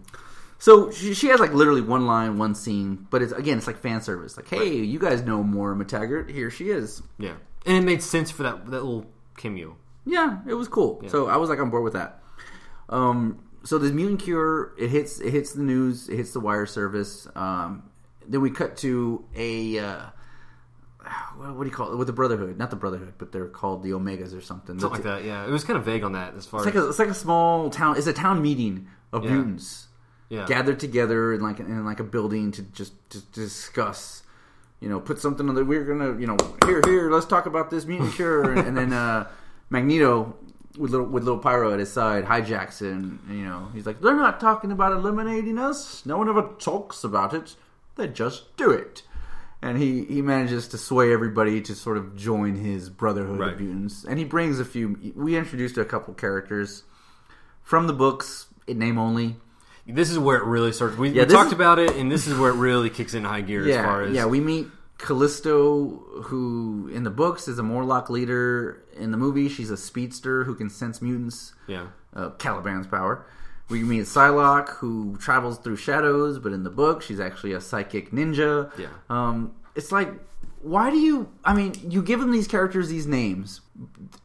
So she, she has like literally one line, one scene, but it's again, it's like fan service. Like, hey, you guys know Moira McTaggart. Here she is. Yeah, and it made sense for that that little cameo. Yeah, it was cool. So I was like on board with that. Um, so the mutant cure it hits it hits the news, it hits the wire service. Um, then we cut to a uh, what what do you call it? With the Brotherhood, not the Brotherhood, but they're called the Omegas or something. Something like that. Yeah, it was kind of vague on that as far It's like as a, it's like a small town. It's a town meeting of Yeah. mutants yeah. gathered together in like in like a building to just to discuss. You know, put something on the. We're gonna, you know, here, here. Let's talk about this mutant cure, and, and then uh, Magneto with little with little Pyro at his side hijacks it, and you know he's like, they're not talking about eliminating us. No one ever talks about it. They just do it. And he, he manages to sway everybody to sort of join his brotherhood Right. of mutants. And he brings a few. We introduced a couple characters from the books, in name only. This is where it really starts. We, we this talked is- about it, and this is where it really kicks in high gear as far as yeah, we meet Callisto, who in the books is a Morlock leader. In the movie, she's a speedster who can sense mutants. yeah. uh, Caliban's power. We meet Psylocke, who travels through shadows, but in the book, she's actually a psychic ninja. Yeah. Um, it's like, why do you? I mean, you give them these characters these names.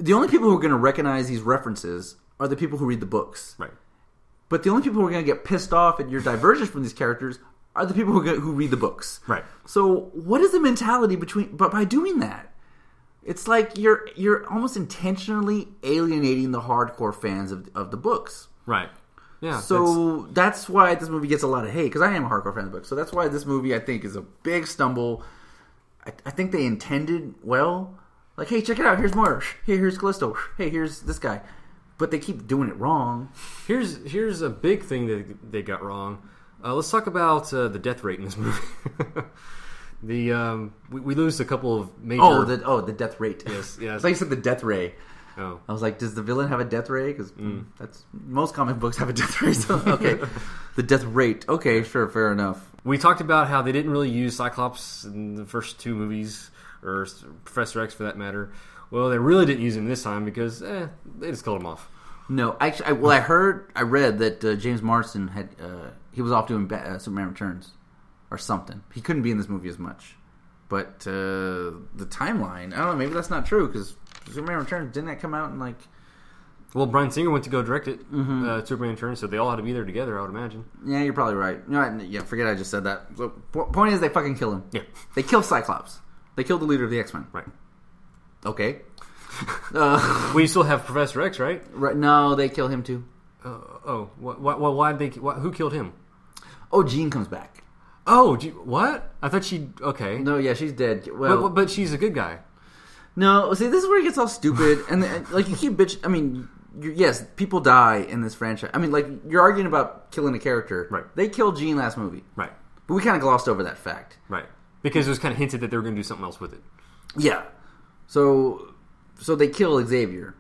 The only people who are going to recognize these references are the people who read the books. right. But the only people who are going to get pissed off at your divergence from these characters are the people who, get, who read the books. Right. So, what is the mentality between? But by doing that, it's like you're you're almost intentionally alienating the hardcore fans of of the books. Right. Yeah. that's- So that's why this movie gets a lot of hate because I am a hardcore fan of the book. So that's why this movie I think is a big stumble. I, I think they intended well. Like, hey, check it out. Here's Moira. Hey, here's Callisto. Hey, here's this guy. But they keep doing it wrong. here's here's a big thing that they got wrong. Uh, let's talk about uh, the death rate in this movie. the um, we, we lose a couple of major. Oh, the oh the death rate. Yes, yes. It's like you said the death ray. oh. I was like, does the villain have a death ray? Because that's most comic books have a death ray. So okay, the death rate. Okay, sure, fair enough. We talked about how they didn't really use Cyclops in the first two movies, or s- Professor X for that matter. Well, they really didn't use him this time because eh, they just killed him off. No, actually, I, well, I heard, I read that uh, James Marsden had uh, he was off doing Ba- uh, Superman Returns or something. He couldn't be in this movie as much. But uh, the timeline, I don't know. Maybe that's not true because Superman Returns didn't that come out in like Well, Brian Singer went to go direct it, Mm-hmm. uh, Superman Returns, so they all had to be there together, I would imagine. Yeah, you're probably right. You know, I- yeah, forget I just said that. So, po- point is, they fucking kill him. Yeah. They kill Cyclops. They kill the leader of the X Men. Right. Okay. uh, We still have Professor X, right? right, no, they kill him too. Uh, oh, wh- wh- wh- why did they? Wh- who killed him? Oh, Jean comes back. Oh, do you- what? I thought she. Okay, No, yeah, she's dead. Well, but, but, but she's a good guy. no, see, this is where it gets all stupid. and, and, like, you keep bitch. I mean, you yes, people die in this franchise. I mean, like, you're arguing about killing a character. Right. They killed Jean last movie, Right, but we kind of glossed over that fact. right. Because it was kind of hinted that they were going to do something else with it. Yeah. So so they kill Xavier.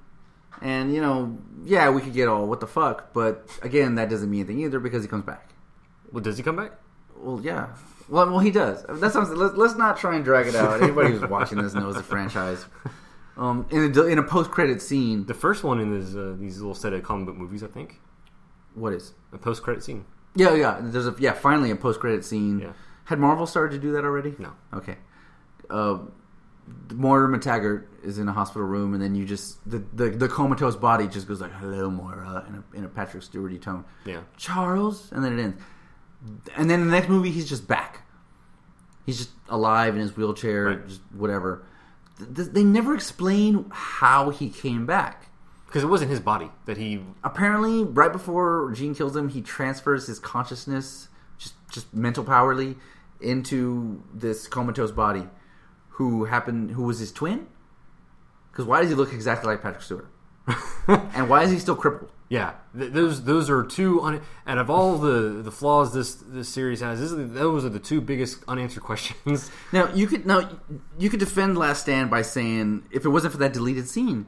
And you know, yeah, we could get all what the fuck, but again, that doesn't mean anything either because he comes back. Well, does he come back? Well, yeah. Well, well, he does. That sounds. Let's, let's not try and drag it out. Anybody who's watching this knows the franchise. Um, in a in a post credit scene, The first one in this, uh, these little set of comic book movies, I think, what is? a post-credit scene. Yeah, yeah. There's a yeah. Finally, a post credit scene. Yeah. Had Marvel started to do that already? No. Okay. Uh, Moira McTaggart is in a hospital room, and then you just the, the the comatose body just goes like "Hello, Moira" in a, in a Patrick Stewarty tone. Yeah, Charles, and then it ends. And then the next movie, he's just back. He's just alive in his wheelchair, Right. just whatever. Th- th- They never explain how he came back. because it wasn't his body that he. Apparently, right before Jean kills him, he transfers his consciousness, just just mental powerly, into this comatose body, who happened, who was his twin. Because why does he look exactly like Patrick Stewart? and why is he still crippled? Yeah, th- those those are two. Un- out of all the, the flaws this this series has, this is the, those are the two biggest unanswered questions. Now you could now you could defend Last Stand by saying if it wasn't for that deleted scene,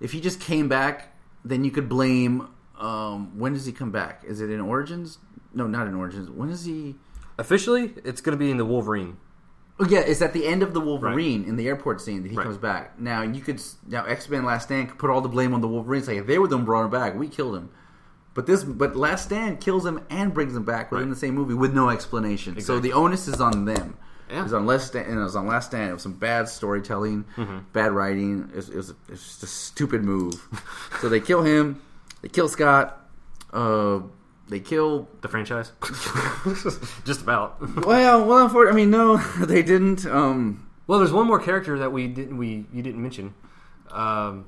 if he just came back, then you could blame. Um, when does he come back? Is it in Origins? No, not in Origins. When is he? Officially, it's going to be in the Wolverine. Oh, yeah, it's at the end of the Wolverine in the airport scene that he Right. comes back. Now you could s- now X Men Last Stand could put all the blame on the Wolverine. Say they were the one who brought him back. We killed him. But this, but Last Stand kills him and brings him back within Right. the same movie with no explanation. So Exactly. the onus is on them. Yeah. It was on Last Stand. and It was on Last Stand. It was some bad storytelling, Mm-hmm. bad writing. It was, it was, it was just a stupid move. so they kill him. They kill Scott. Uh, they kill The franchise, just about. well, well, unfor- I mean, no, they didn't. Um, Well, there's one more character that we didn't we you didn't mention. Um,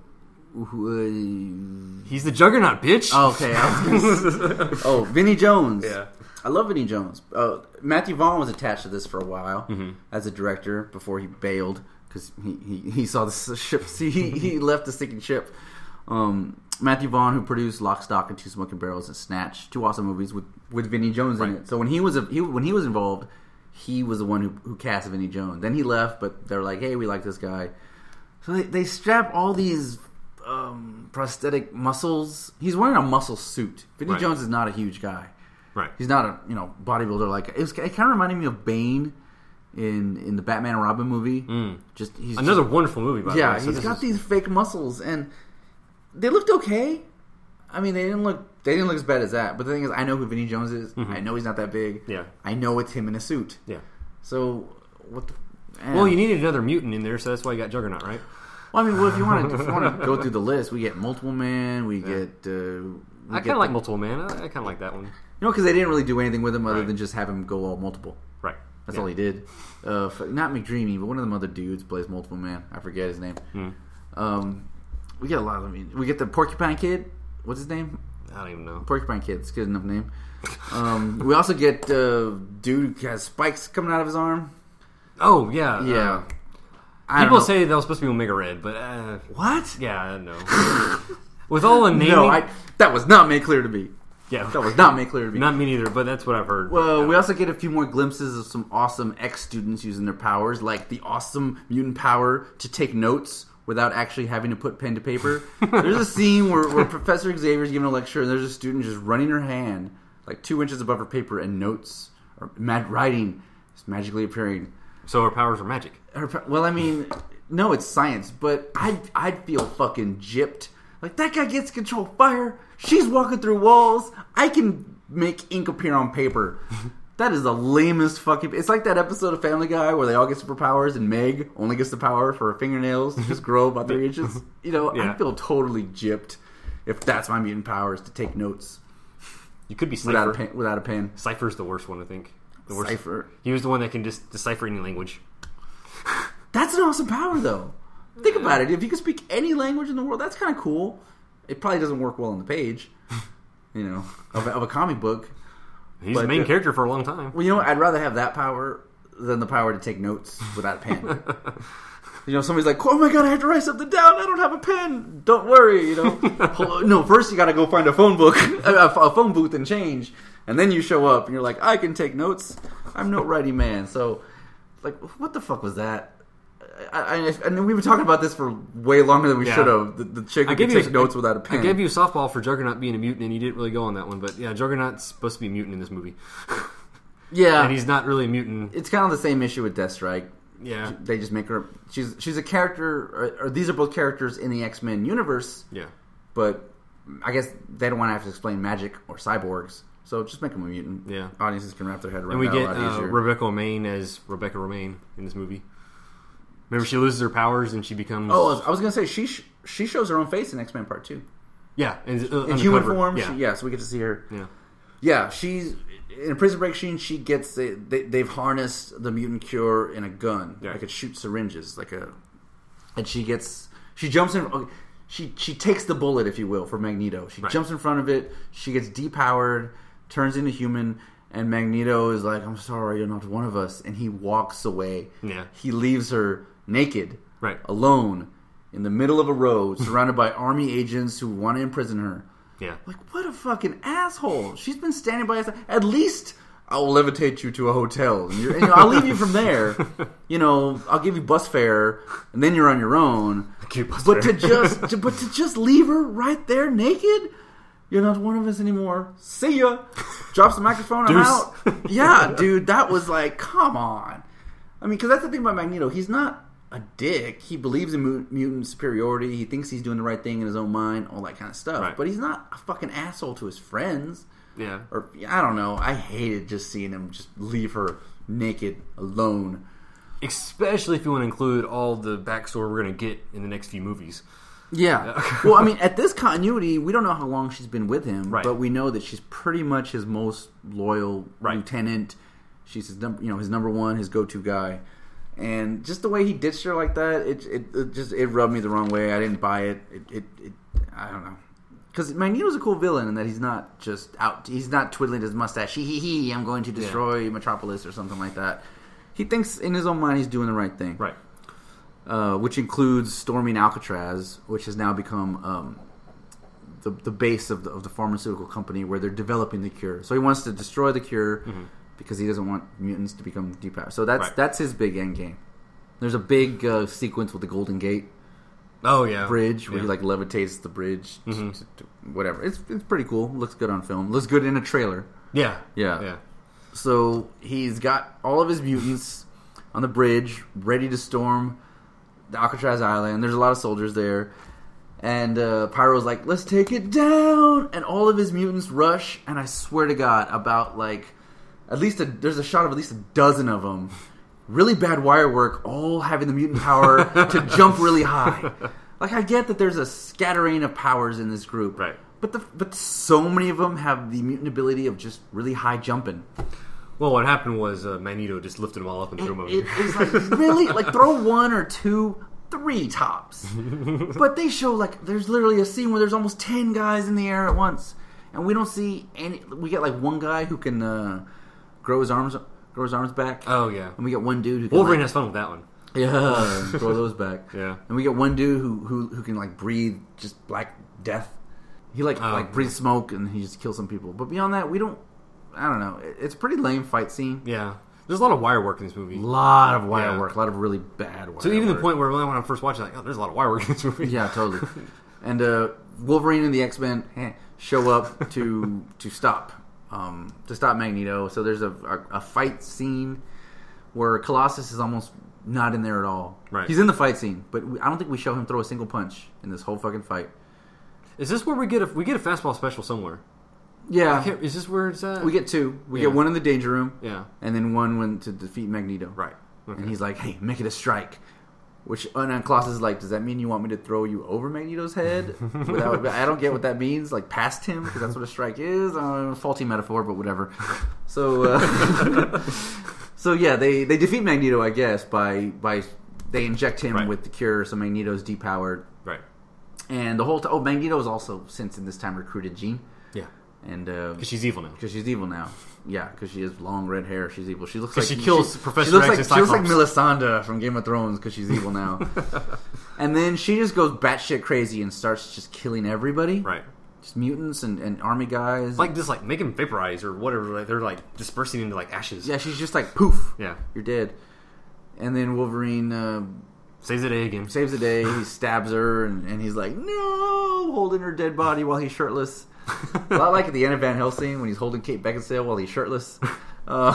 who- uh, he's the Juggernaut, bitch. Oh, okay. I was gonna say- oh, Vinny Jones. Yeah. I love Vinny Jones. Uh, Matthew Vaughn was attached to this for a while as a director before he bailed because he, he, he saw the s- ship. See, he, he left the sinking ship. Um, Matthew Vaughn, who produced Lock, Stock, and Two Smoking Barrels and Snatch, two awesome movies with with Vinny Jones in it. So when he was a, he, when he was involved, he was the one who, who cast Vinny Jones. Then he left, but they're like, hey, we like this guy. So they, they strap all these um, prosthetic muscles. He's wearing a muscle suit. Vinny Right. Jones is not a huge guy. right. He's not a you know bodybuilder like it, was, it kind of reminded me of Bane in in the Batman and Robin movie. Just he's Mm. Another just- wonderful movie, by the yeah. way. So he's this got is- these fake muscles and they looked okay. I mean, they didn't look they didn't look as bad as that. But the thing is, I know who Vinny Jones is. I know he's not that big. Mm-hmm. Yeah. I know it's him in a suit. Yeah. So what? the... Well, you needed another mutant in there, so that's why you got Juggernaut, right? Well, I mean, well, if you want to, if you want to go through the list, we get multiple man, we get. Uh, we I get- kind of like Multiple Man. I, I kind of like that one. you know, because they didn't really do anything with him other Right. than just have him go all multiple. Right. That's Yeah. all he did. Uh, f- not McDreamy, but one of them other dudes plays multiple man. I forget his name. Hmm. Um, we get a lot of. I mean, we get the porcupine kid. What's his name? I don't even know. Porcupine kid. It's a good enough name. Um, we also get uh, dude who has spikes coming out of his arm. Oh yeah. uh, Yeah. I people don't know. say that was supposed to be Omega Red, but uh, what? yeah, I don't know. With all the naming, No, I, that was not made clear to me. yeah, That was not made clear to me. not me neither. But that's what I've heard. Well, we also get a few more glimpses of some awesome ex students using their powers, like the awesome mutant power to take notes without actually having to put pen to paper. there's a scene where, where Professor Xavier's giving a lecture, and there's a student just running her hand like two inches above her paper, and notes or mad writing is magically appearing. so her powers are magic. Her, pro- well, I mean, no, it's science, but I'd, I'd feel fucking gypped. Like, that guy gets to control fire. She's walking through walls. I can make ink appear on paper. That is the lamest fucking. It's like that episode of Family Guy where they all get superpowers and Meg only gets the power for her fingernails to just grow about three inches. You know, Yeah. I feel totally gypped if that's my mutant powers to take notes You could be without Cipher. a pen. Without a pen. Cipher's the worst one, I think. The worst. Cipher. He was the one that can just decipher any language. That's an awesome power, though. Think about it. If you can speak any language in the world, that's kind of cool. It probably doesn't work well on the page, you know, of, of a comic book. He's the But, main uh, character for a long time. Well, you know, what? I'd rather have that power than the power to take notes without a pen. you know, somebody's like, "Oh my god, I have to write something down. I don't have a pen." Don't worry. You know, Hello- no. First, you got to go find a phone book, a, a phone booth, and change, and then you show up and you're like, "I can take notes. I'm note writing man." So, like, what the fuck was that? I, I, I mean, we've been talking about this for way longer than we Yeah. should have. The, the chick who can take notes without a pen. I gave you softball for Juggernaut being a mutant, and you didn't really go on that one. But yeah, Juggernaut's supposed to be a mutant in this movie, yeah. and he's not really a mutant. it's kind of the same issue with Deathstrike. Yeah, they just make her she's she's a character or, or these are both characters in the x-men universe yeah. but i guess they don't want to have to explain magic or cyborgs so just make them a mutant Yeah. audiences can wrap their head around And we that get a lot uh, easier Rebecca Romaine as Rebecca Romaine in this movie. Remember, she loses her powers and she becomes oh I was, I was gonna say she sh- she shows her own face in x-men part two yeah, and, uh, in human undercover. form Yeah, she, yeah so we get to see her yeah. Yeah, she's in a prison break scene. She gets they, they they've harnessed the mutant cure in a gun, Yeah. like it shoots syringes, like a, and she gets she jumps in. Okay, she she takes the bullet, if you will, for Magneto. She jumps in front of it. She gets depowered, turns into human, and Magneto is like, "I'm sorry, you're not one of us," and he walks away. Yeah. he leaves her naked, Right. alone. in the middle of a road, surrounded by army agents who want to imprison her. Yeah. Like, what a fucking asshole. She's been standing by us. At least I'll levitate you to a hotel. And, you're, and I'll leave you from there. You know, I'll give you bus fare, and then you're on your own. give you bus but fare. to just, to, but to just leave her right there naked, you're not one of us anymore. See ya. Drops the microphone. I'm Deuce. out. Yeah, dude, that was like, come on. I mean, because that's the thing about Magneto. He's not a dick. He believes in mu- mutant superiority. He thinks he's doing the right thing in his own mind, all that kind of stuff. Right. But he's not a fucking asshole to his friends. Yeah. Or I don't know. I hated just seeing him just leave her naked alone. Especially if you want to include all the backstory we're going to get in the next few movies. Yeah. well, I mean, at this continuity, we don't know how long she's been with him, Right. but we know that she's pretty much his most loyal Right. lieutenant. She's his, num- you know, his number one, his go-to guy, and just the way he ditched her like that, it, it, it just it rubbed me the wrong way. I didn't buy it. It, it, it I don't know, because Magneto's a cool villain in that he's not just out. He's not twiddling his mustache. He he he. I'm going to destroy Metropolis or something like that. He thinks in his own mind he's doing the right thing Right. uh, which includes storming Alcatraz, which has now become um, the, the base of the, of the pharmaceutical company where they're developing the cure. So he wants to destroy the cure because he doesn't want mutants to become depowered. So that's Mm-hmm. Right. that's his big end game. There's a big uh, sequence with the Golden Gate Oh, yeah. Bridge where Yeah. Mm-hmm. he like levitates the bridge, to- to- to- whatever. It's it's pretty cool. Looks good on film. Looks good in a trailer. Yeah. Yeah. Yeah. So he's got all of his mutants on the bridge, ready to storm the Alcatraz Island. There's a lot of soldiers there. And uh, Pyro's like, let's take it down. And all of his mutants rush. And I swear to God, about like, at least a, there's a shot of at least a dozen of them. Really bad wire work, all having the mutant power to jump really high. Like, I get that there's a scattering of powers in this group. Right. But, the, but so many of them have the mutant ability of just really high jumping. Well, what happened was uh, Magneto just lifted them all up and threw them over It here. is like really like throw one or two, three tops. but they show like there's literally a scene where there's almost ten guys in the air at once, and we don't see any. We get like one guy who can uh, grow his arms, grow his arms back, Oh, yeah. and we get one dude who can, Wolverine like- has fun with that one. yeah, grow those back. Yeah. and we get one dude who who who can like breathe just black death. He like Oh, like breathes smoke and he just kills some people. But beyond that, we don't. I don't know. It- It's a pretty lame fight scene. Yeah. There's a lot of wire work in this movie. A lot of wire Yeah. work, a lot of really bad wire. So even work. the point where when I first watched it, like, oh, there's a lot of wire work in this movie. yeah, totally. And uh, Wolverine and the X Men show up to to stop um, to stop Magneto. So there's a, a, a fight scene where Colossus is almost not in there at all. Right. he's in the fight scene, but we, I don't think we show him throw a single punch in this whole fucking fight. Is this where we get a we get a fastball special somewhere? I Yeah, can't, is this where it's at? we get two. We Yeah. get one in the danger room, yeah. and then one when to defeat Magneto. Right. Okay. And he's like, "Hey, make it a strike." Which oh, and then Klaus is like, "Does that mean you want me to throw you over Magneto's head?" Without, I don't get what that means. Like past him, because that's what a strike is. Uh, faulty metaphor, but whatever. So, uh, so yeah, they they defeat Magneto, I guess, by by they inject him Right. with the cure, so Magneto's depowered. Right. And the whole time, oh, Magneto's also since in this time recruited Jean, Yeah. and uh, Because she's evil now. because she's evil now. Yeah, because she has long red hair. She's evil. She looks 'Cause like she kills Professor She looks X like and she looks like Cyclops. Melisandre from Game of Thrones because she's evil now. and then she just goes batshit crazy and starts just killing everybody. Right. just mutants and, and army guys. Like just like make him vaporize or whatever. Like, they're like dispersing into like ashes. yeah, she's just like poof, Yeah. you're dead. And then Wolverine uh, Saves the day again. saves the day. He stabs her and, and he's like no, holding her dead body while he's shirtless. A lot like at the end of Van Helsing when he's holding Kate Beckinsale while he's shirtless. Uh,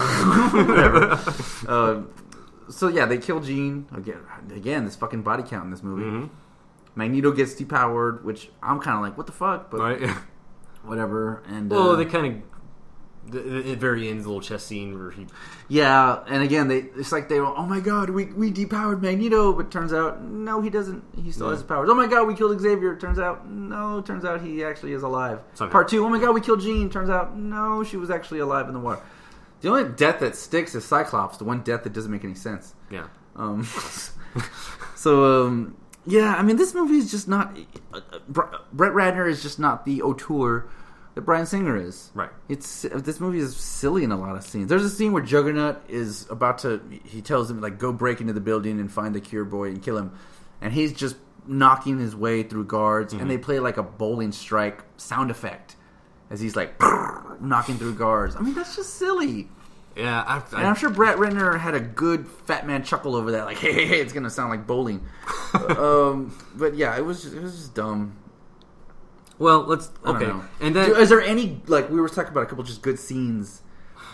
whatever. Uh, so yeah, they kill Jean again. Again, this fucking body count in this movie. Mm-hmm. Magneto gets depowered, which I'm kind of like, what the fuck, but Right. Yeah. whatever. And uh, Well, they kind of the- it very ends the little chess scene where he yeah, and again, they it's like they were, oh my god, we we depowered Magneto, but turns out no, he doesn't. He still Yeah. has his powers. Oh my god, we killed Xavier. Turns out no, turns out he actually is alive. Somehow. Part two, oh my god, we killed Jean. Turns out no, she was actually alive in the water. The only death that sticks is Cyclops, the one death that doesn't make any sense. yeah. Um, so um, yeah, I mean, this movie is just not. Uh, uh, Br- Brett Ratner is just not the auteur that Brian Singer is. Right. It's uh, this movie is silly in a lot of scenes. There's a scene where Juggernaut is about to. He tells him like, "Go break into the building and find the Cure Boy and kill him," and he's just knocking his way through guards, and they play like a bowling strike sound effect as he's like knocking through guards. I mean, that's just silly. Yeah, I, I, And I'm sure Brett Ratner had a good fat man chuckle over that, like, hey, hey, hey, it's gonna sound like bowling. um, but yeah, it was just, it was just dumb. well, let's I don't okay. know. And then Do- is there any like we were talking about a couple just good scenes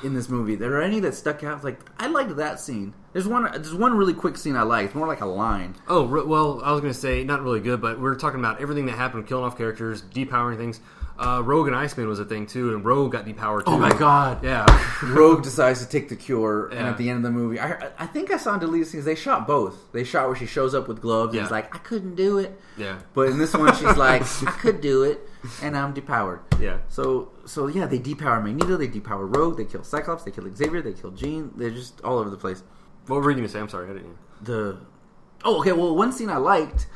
in this movie? There are any that stuck out? Like I liked that scene. There's one. There's one really quick scene I liked. It's more like a line. Oh re- well, I was going to say not really good, but we are talking about everything that happened, killing off characters, depowering things. Uh, Rogue and Iceman was a thing too, and Rogue got depowered. Too. god! Yeah, Rogue decides to take the cure, and Yeah. at the end of the movie, I, I think I saw in deleted scenes they shot both. They shot where she shows up with gloves and Yeah. is like, "I couldn't do it," yeah, but in this one she's like, "I could do it," and I'm depowered. yeah. So so yeah, they depower Magneto, they depower Rogue, they kill Cyclops, they kill Xavier, they kill Jean. They're just all over the place. What were you going to say? I'm sorry, I didn't. the oh okay well one scene i liked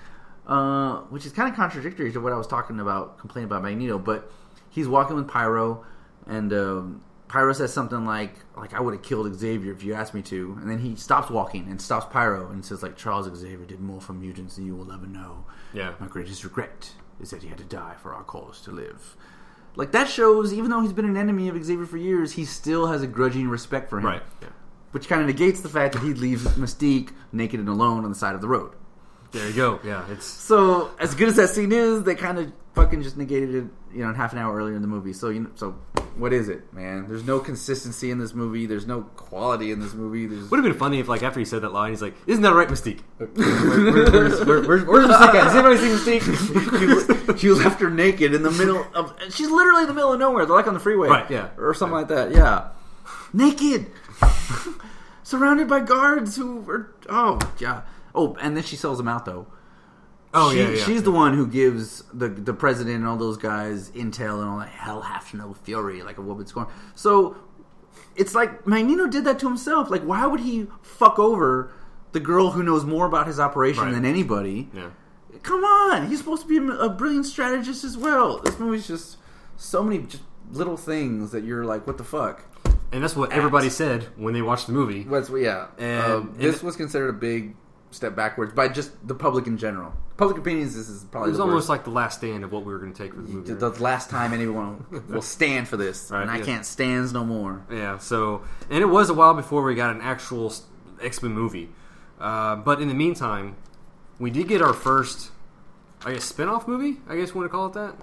uh, which is kind of contradictory to what i was talking about complaining about magneto but he's walking with pyro and um, pyro says something like like i would have killed xavier if you asked me to and then he stops walking and stops pyro and says like charles xavier did more for mutants than you will ever know Yeah, my greatest regret is that he had to die for our cause to live like that shows even though he's been an enemy of xavier for years he still has a grudging respect for him right. Yeah. which kind of negates the fact that he leaves Mystique naked and alone on the side of the road. There you go. Yeah, it's So as good as that scene is, they kind of fucking just negated it, you know, half an hour earlier in the movie. So you know, so what is it, man? There's no consistency in this movie. There's no quality in this movie. There's would have been funny if like after he said that line, he's like, "Isn't that right, Mystique? Where- where- where's, where- where's- where's Mystique at? Has anybody seen Mystique?" she, she left her naked in the middle of. She's literally in the middle of nowhere. They're like on the freeway, Right, yeah. or something like that. Yeah, naked, surrounded by guards who are. Oh yeah. Oh, and then she sells them out though. Oh she, yeah, yeah. she's the one who gives the the president and all those guys intel and all that hell half to no fury like a woman's scorn. So it's like Magneto did that to himself. Like why would he fuck over the girl who knows more about his operation Right. than anybody? yeah. Come on, he's supposed to be a, a brilliant strategist as well. This movie's just so many just little things that you're like, what the fuck? And that's what everybody said when they watched the movie. What's yeah? And- um, and- this was considered a big step backwards by just the public in general. Public opinions. This is It probably was the worst. almost like the last stand of what we were going to take for the movie. the, the last time anyone will stand for this, Right, and I yeah. can't stands no more. Yeah. So, and it was a while before we got an actual X Men movie, uh, but in the meantime, we did get our first, I guess, spin-off movie. I guess you want to call it that.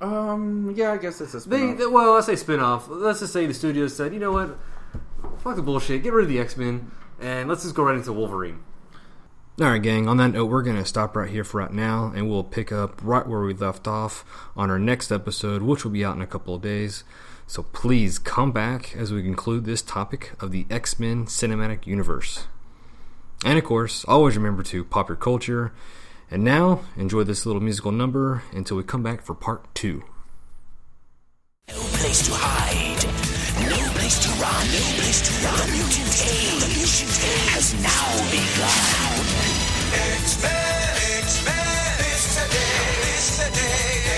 Um, yeah, I guess it's a They, spin they well, I say spin-off. Let's just say the studio said, you know what, fuck the bullshit, get rid of the X Men, and let's just go right into Wolverine. All right, gang. On that note, we're going to stop right here for right now, and we'll pick up right where we left off on our next episode, which will be out in a couple of days. So please come back as we conclude this topic of the X Men cinematic universe. And of course, always remember to pop your culture. And now, enjoy this little musical number until we come back for part two. No place to hide. No place to run. No place to run. The mutant age, the mutant age has now begun. X-Men, X-Men, it's the day, it's the day.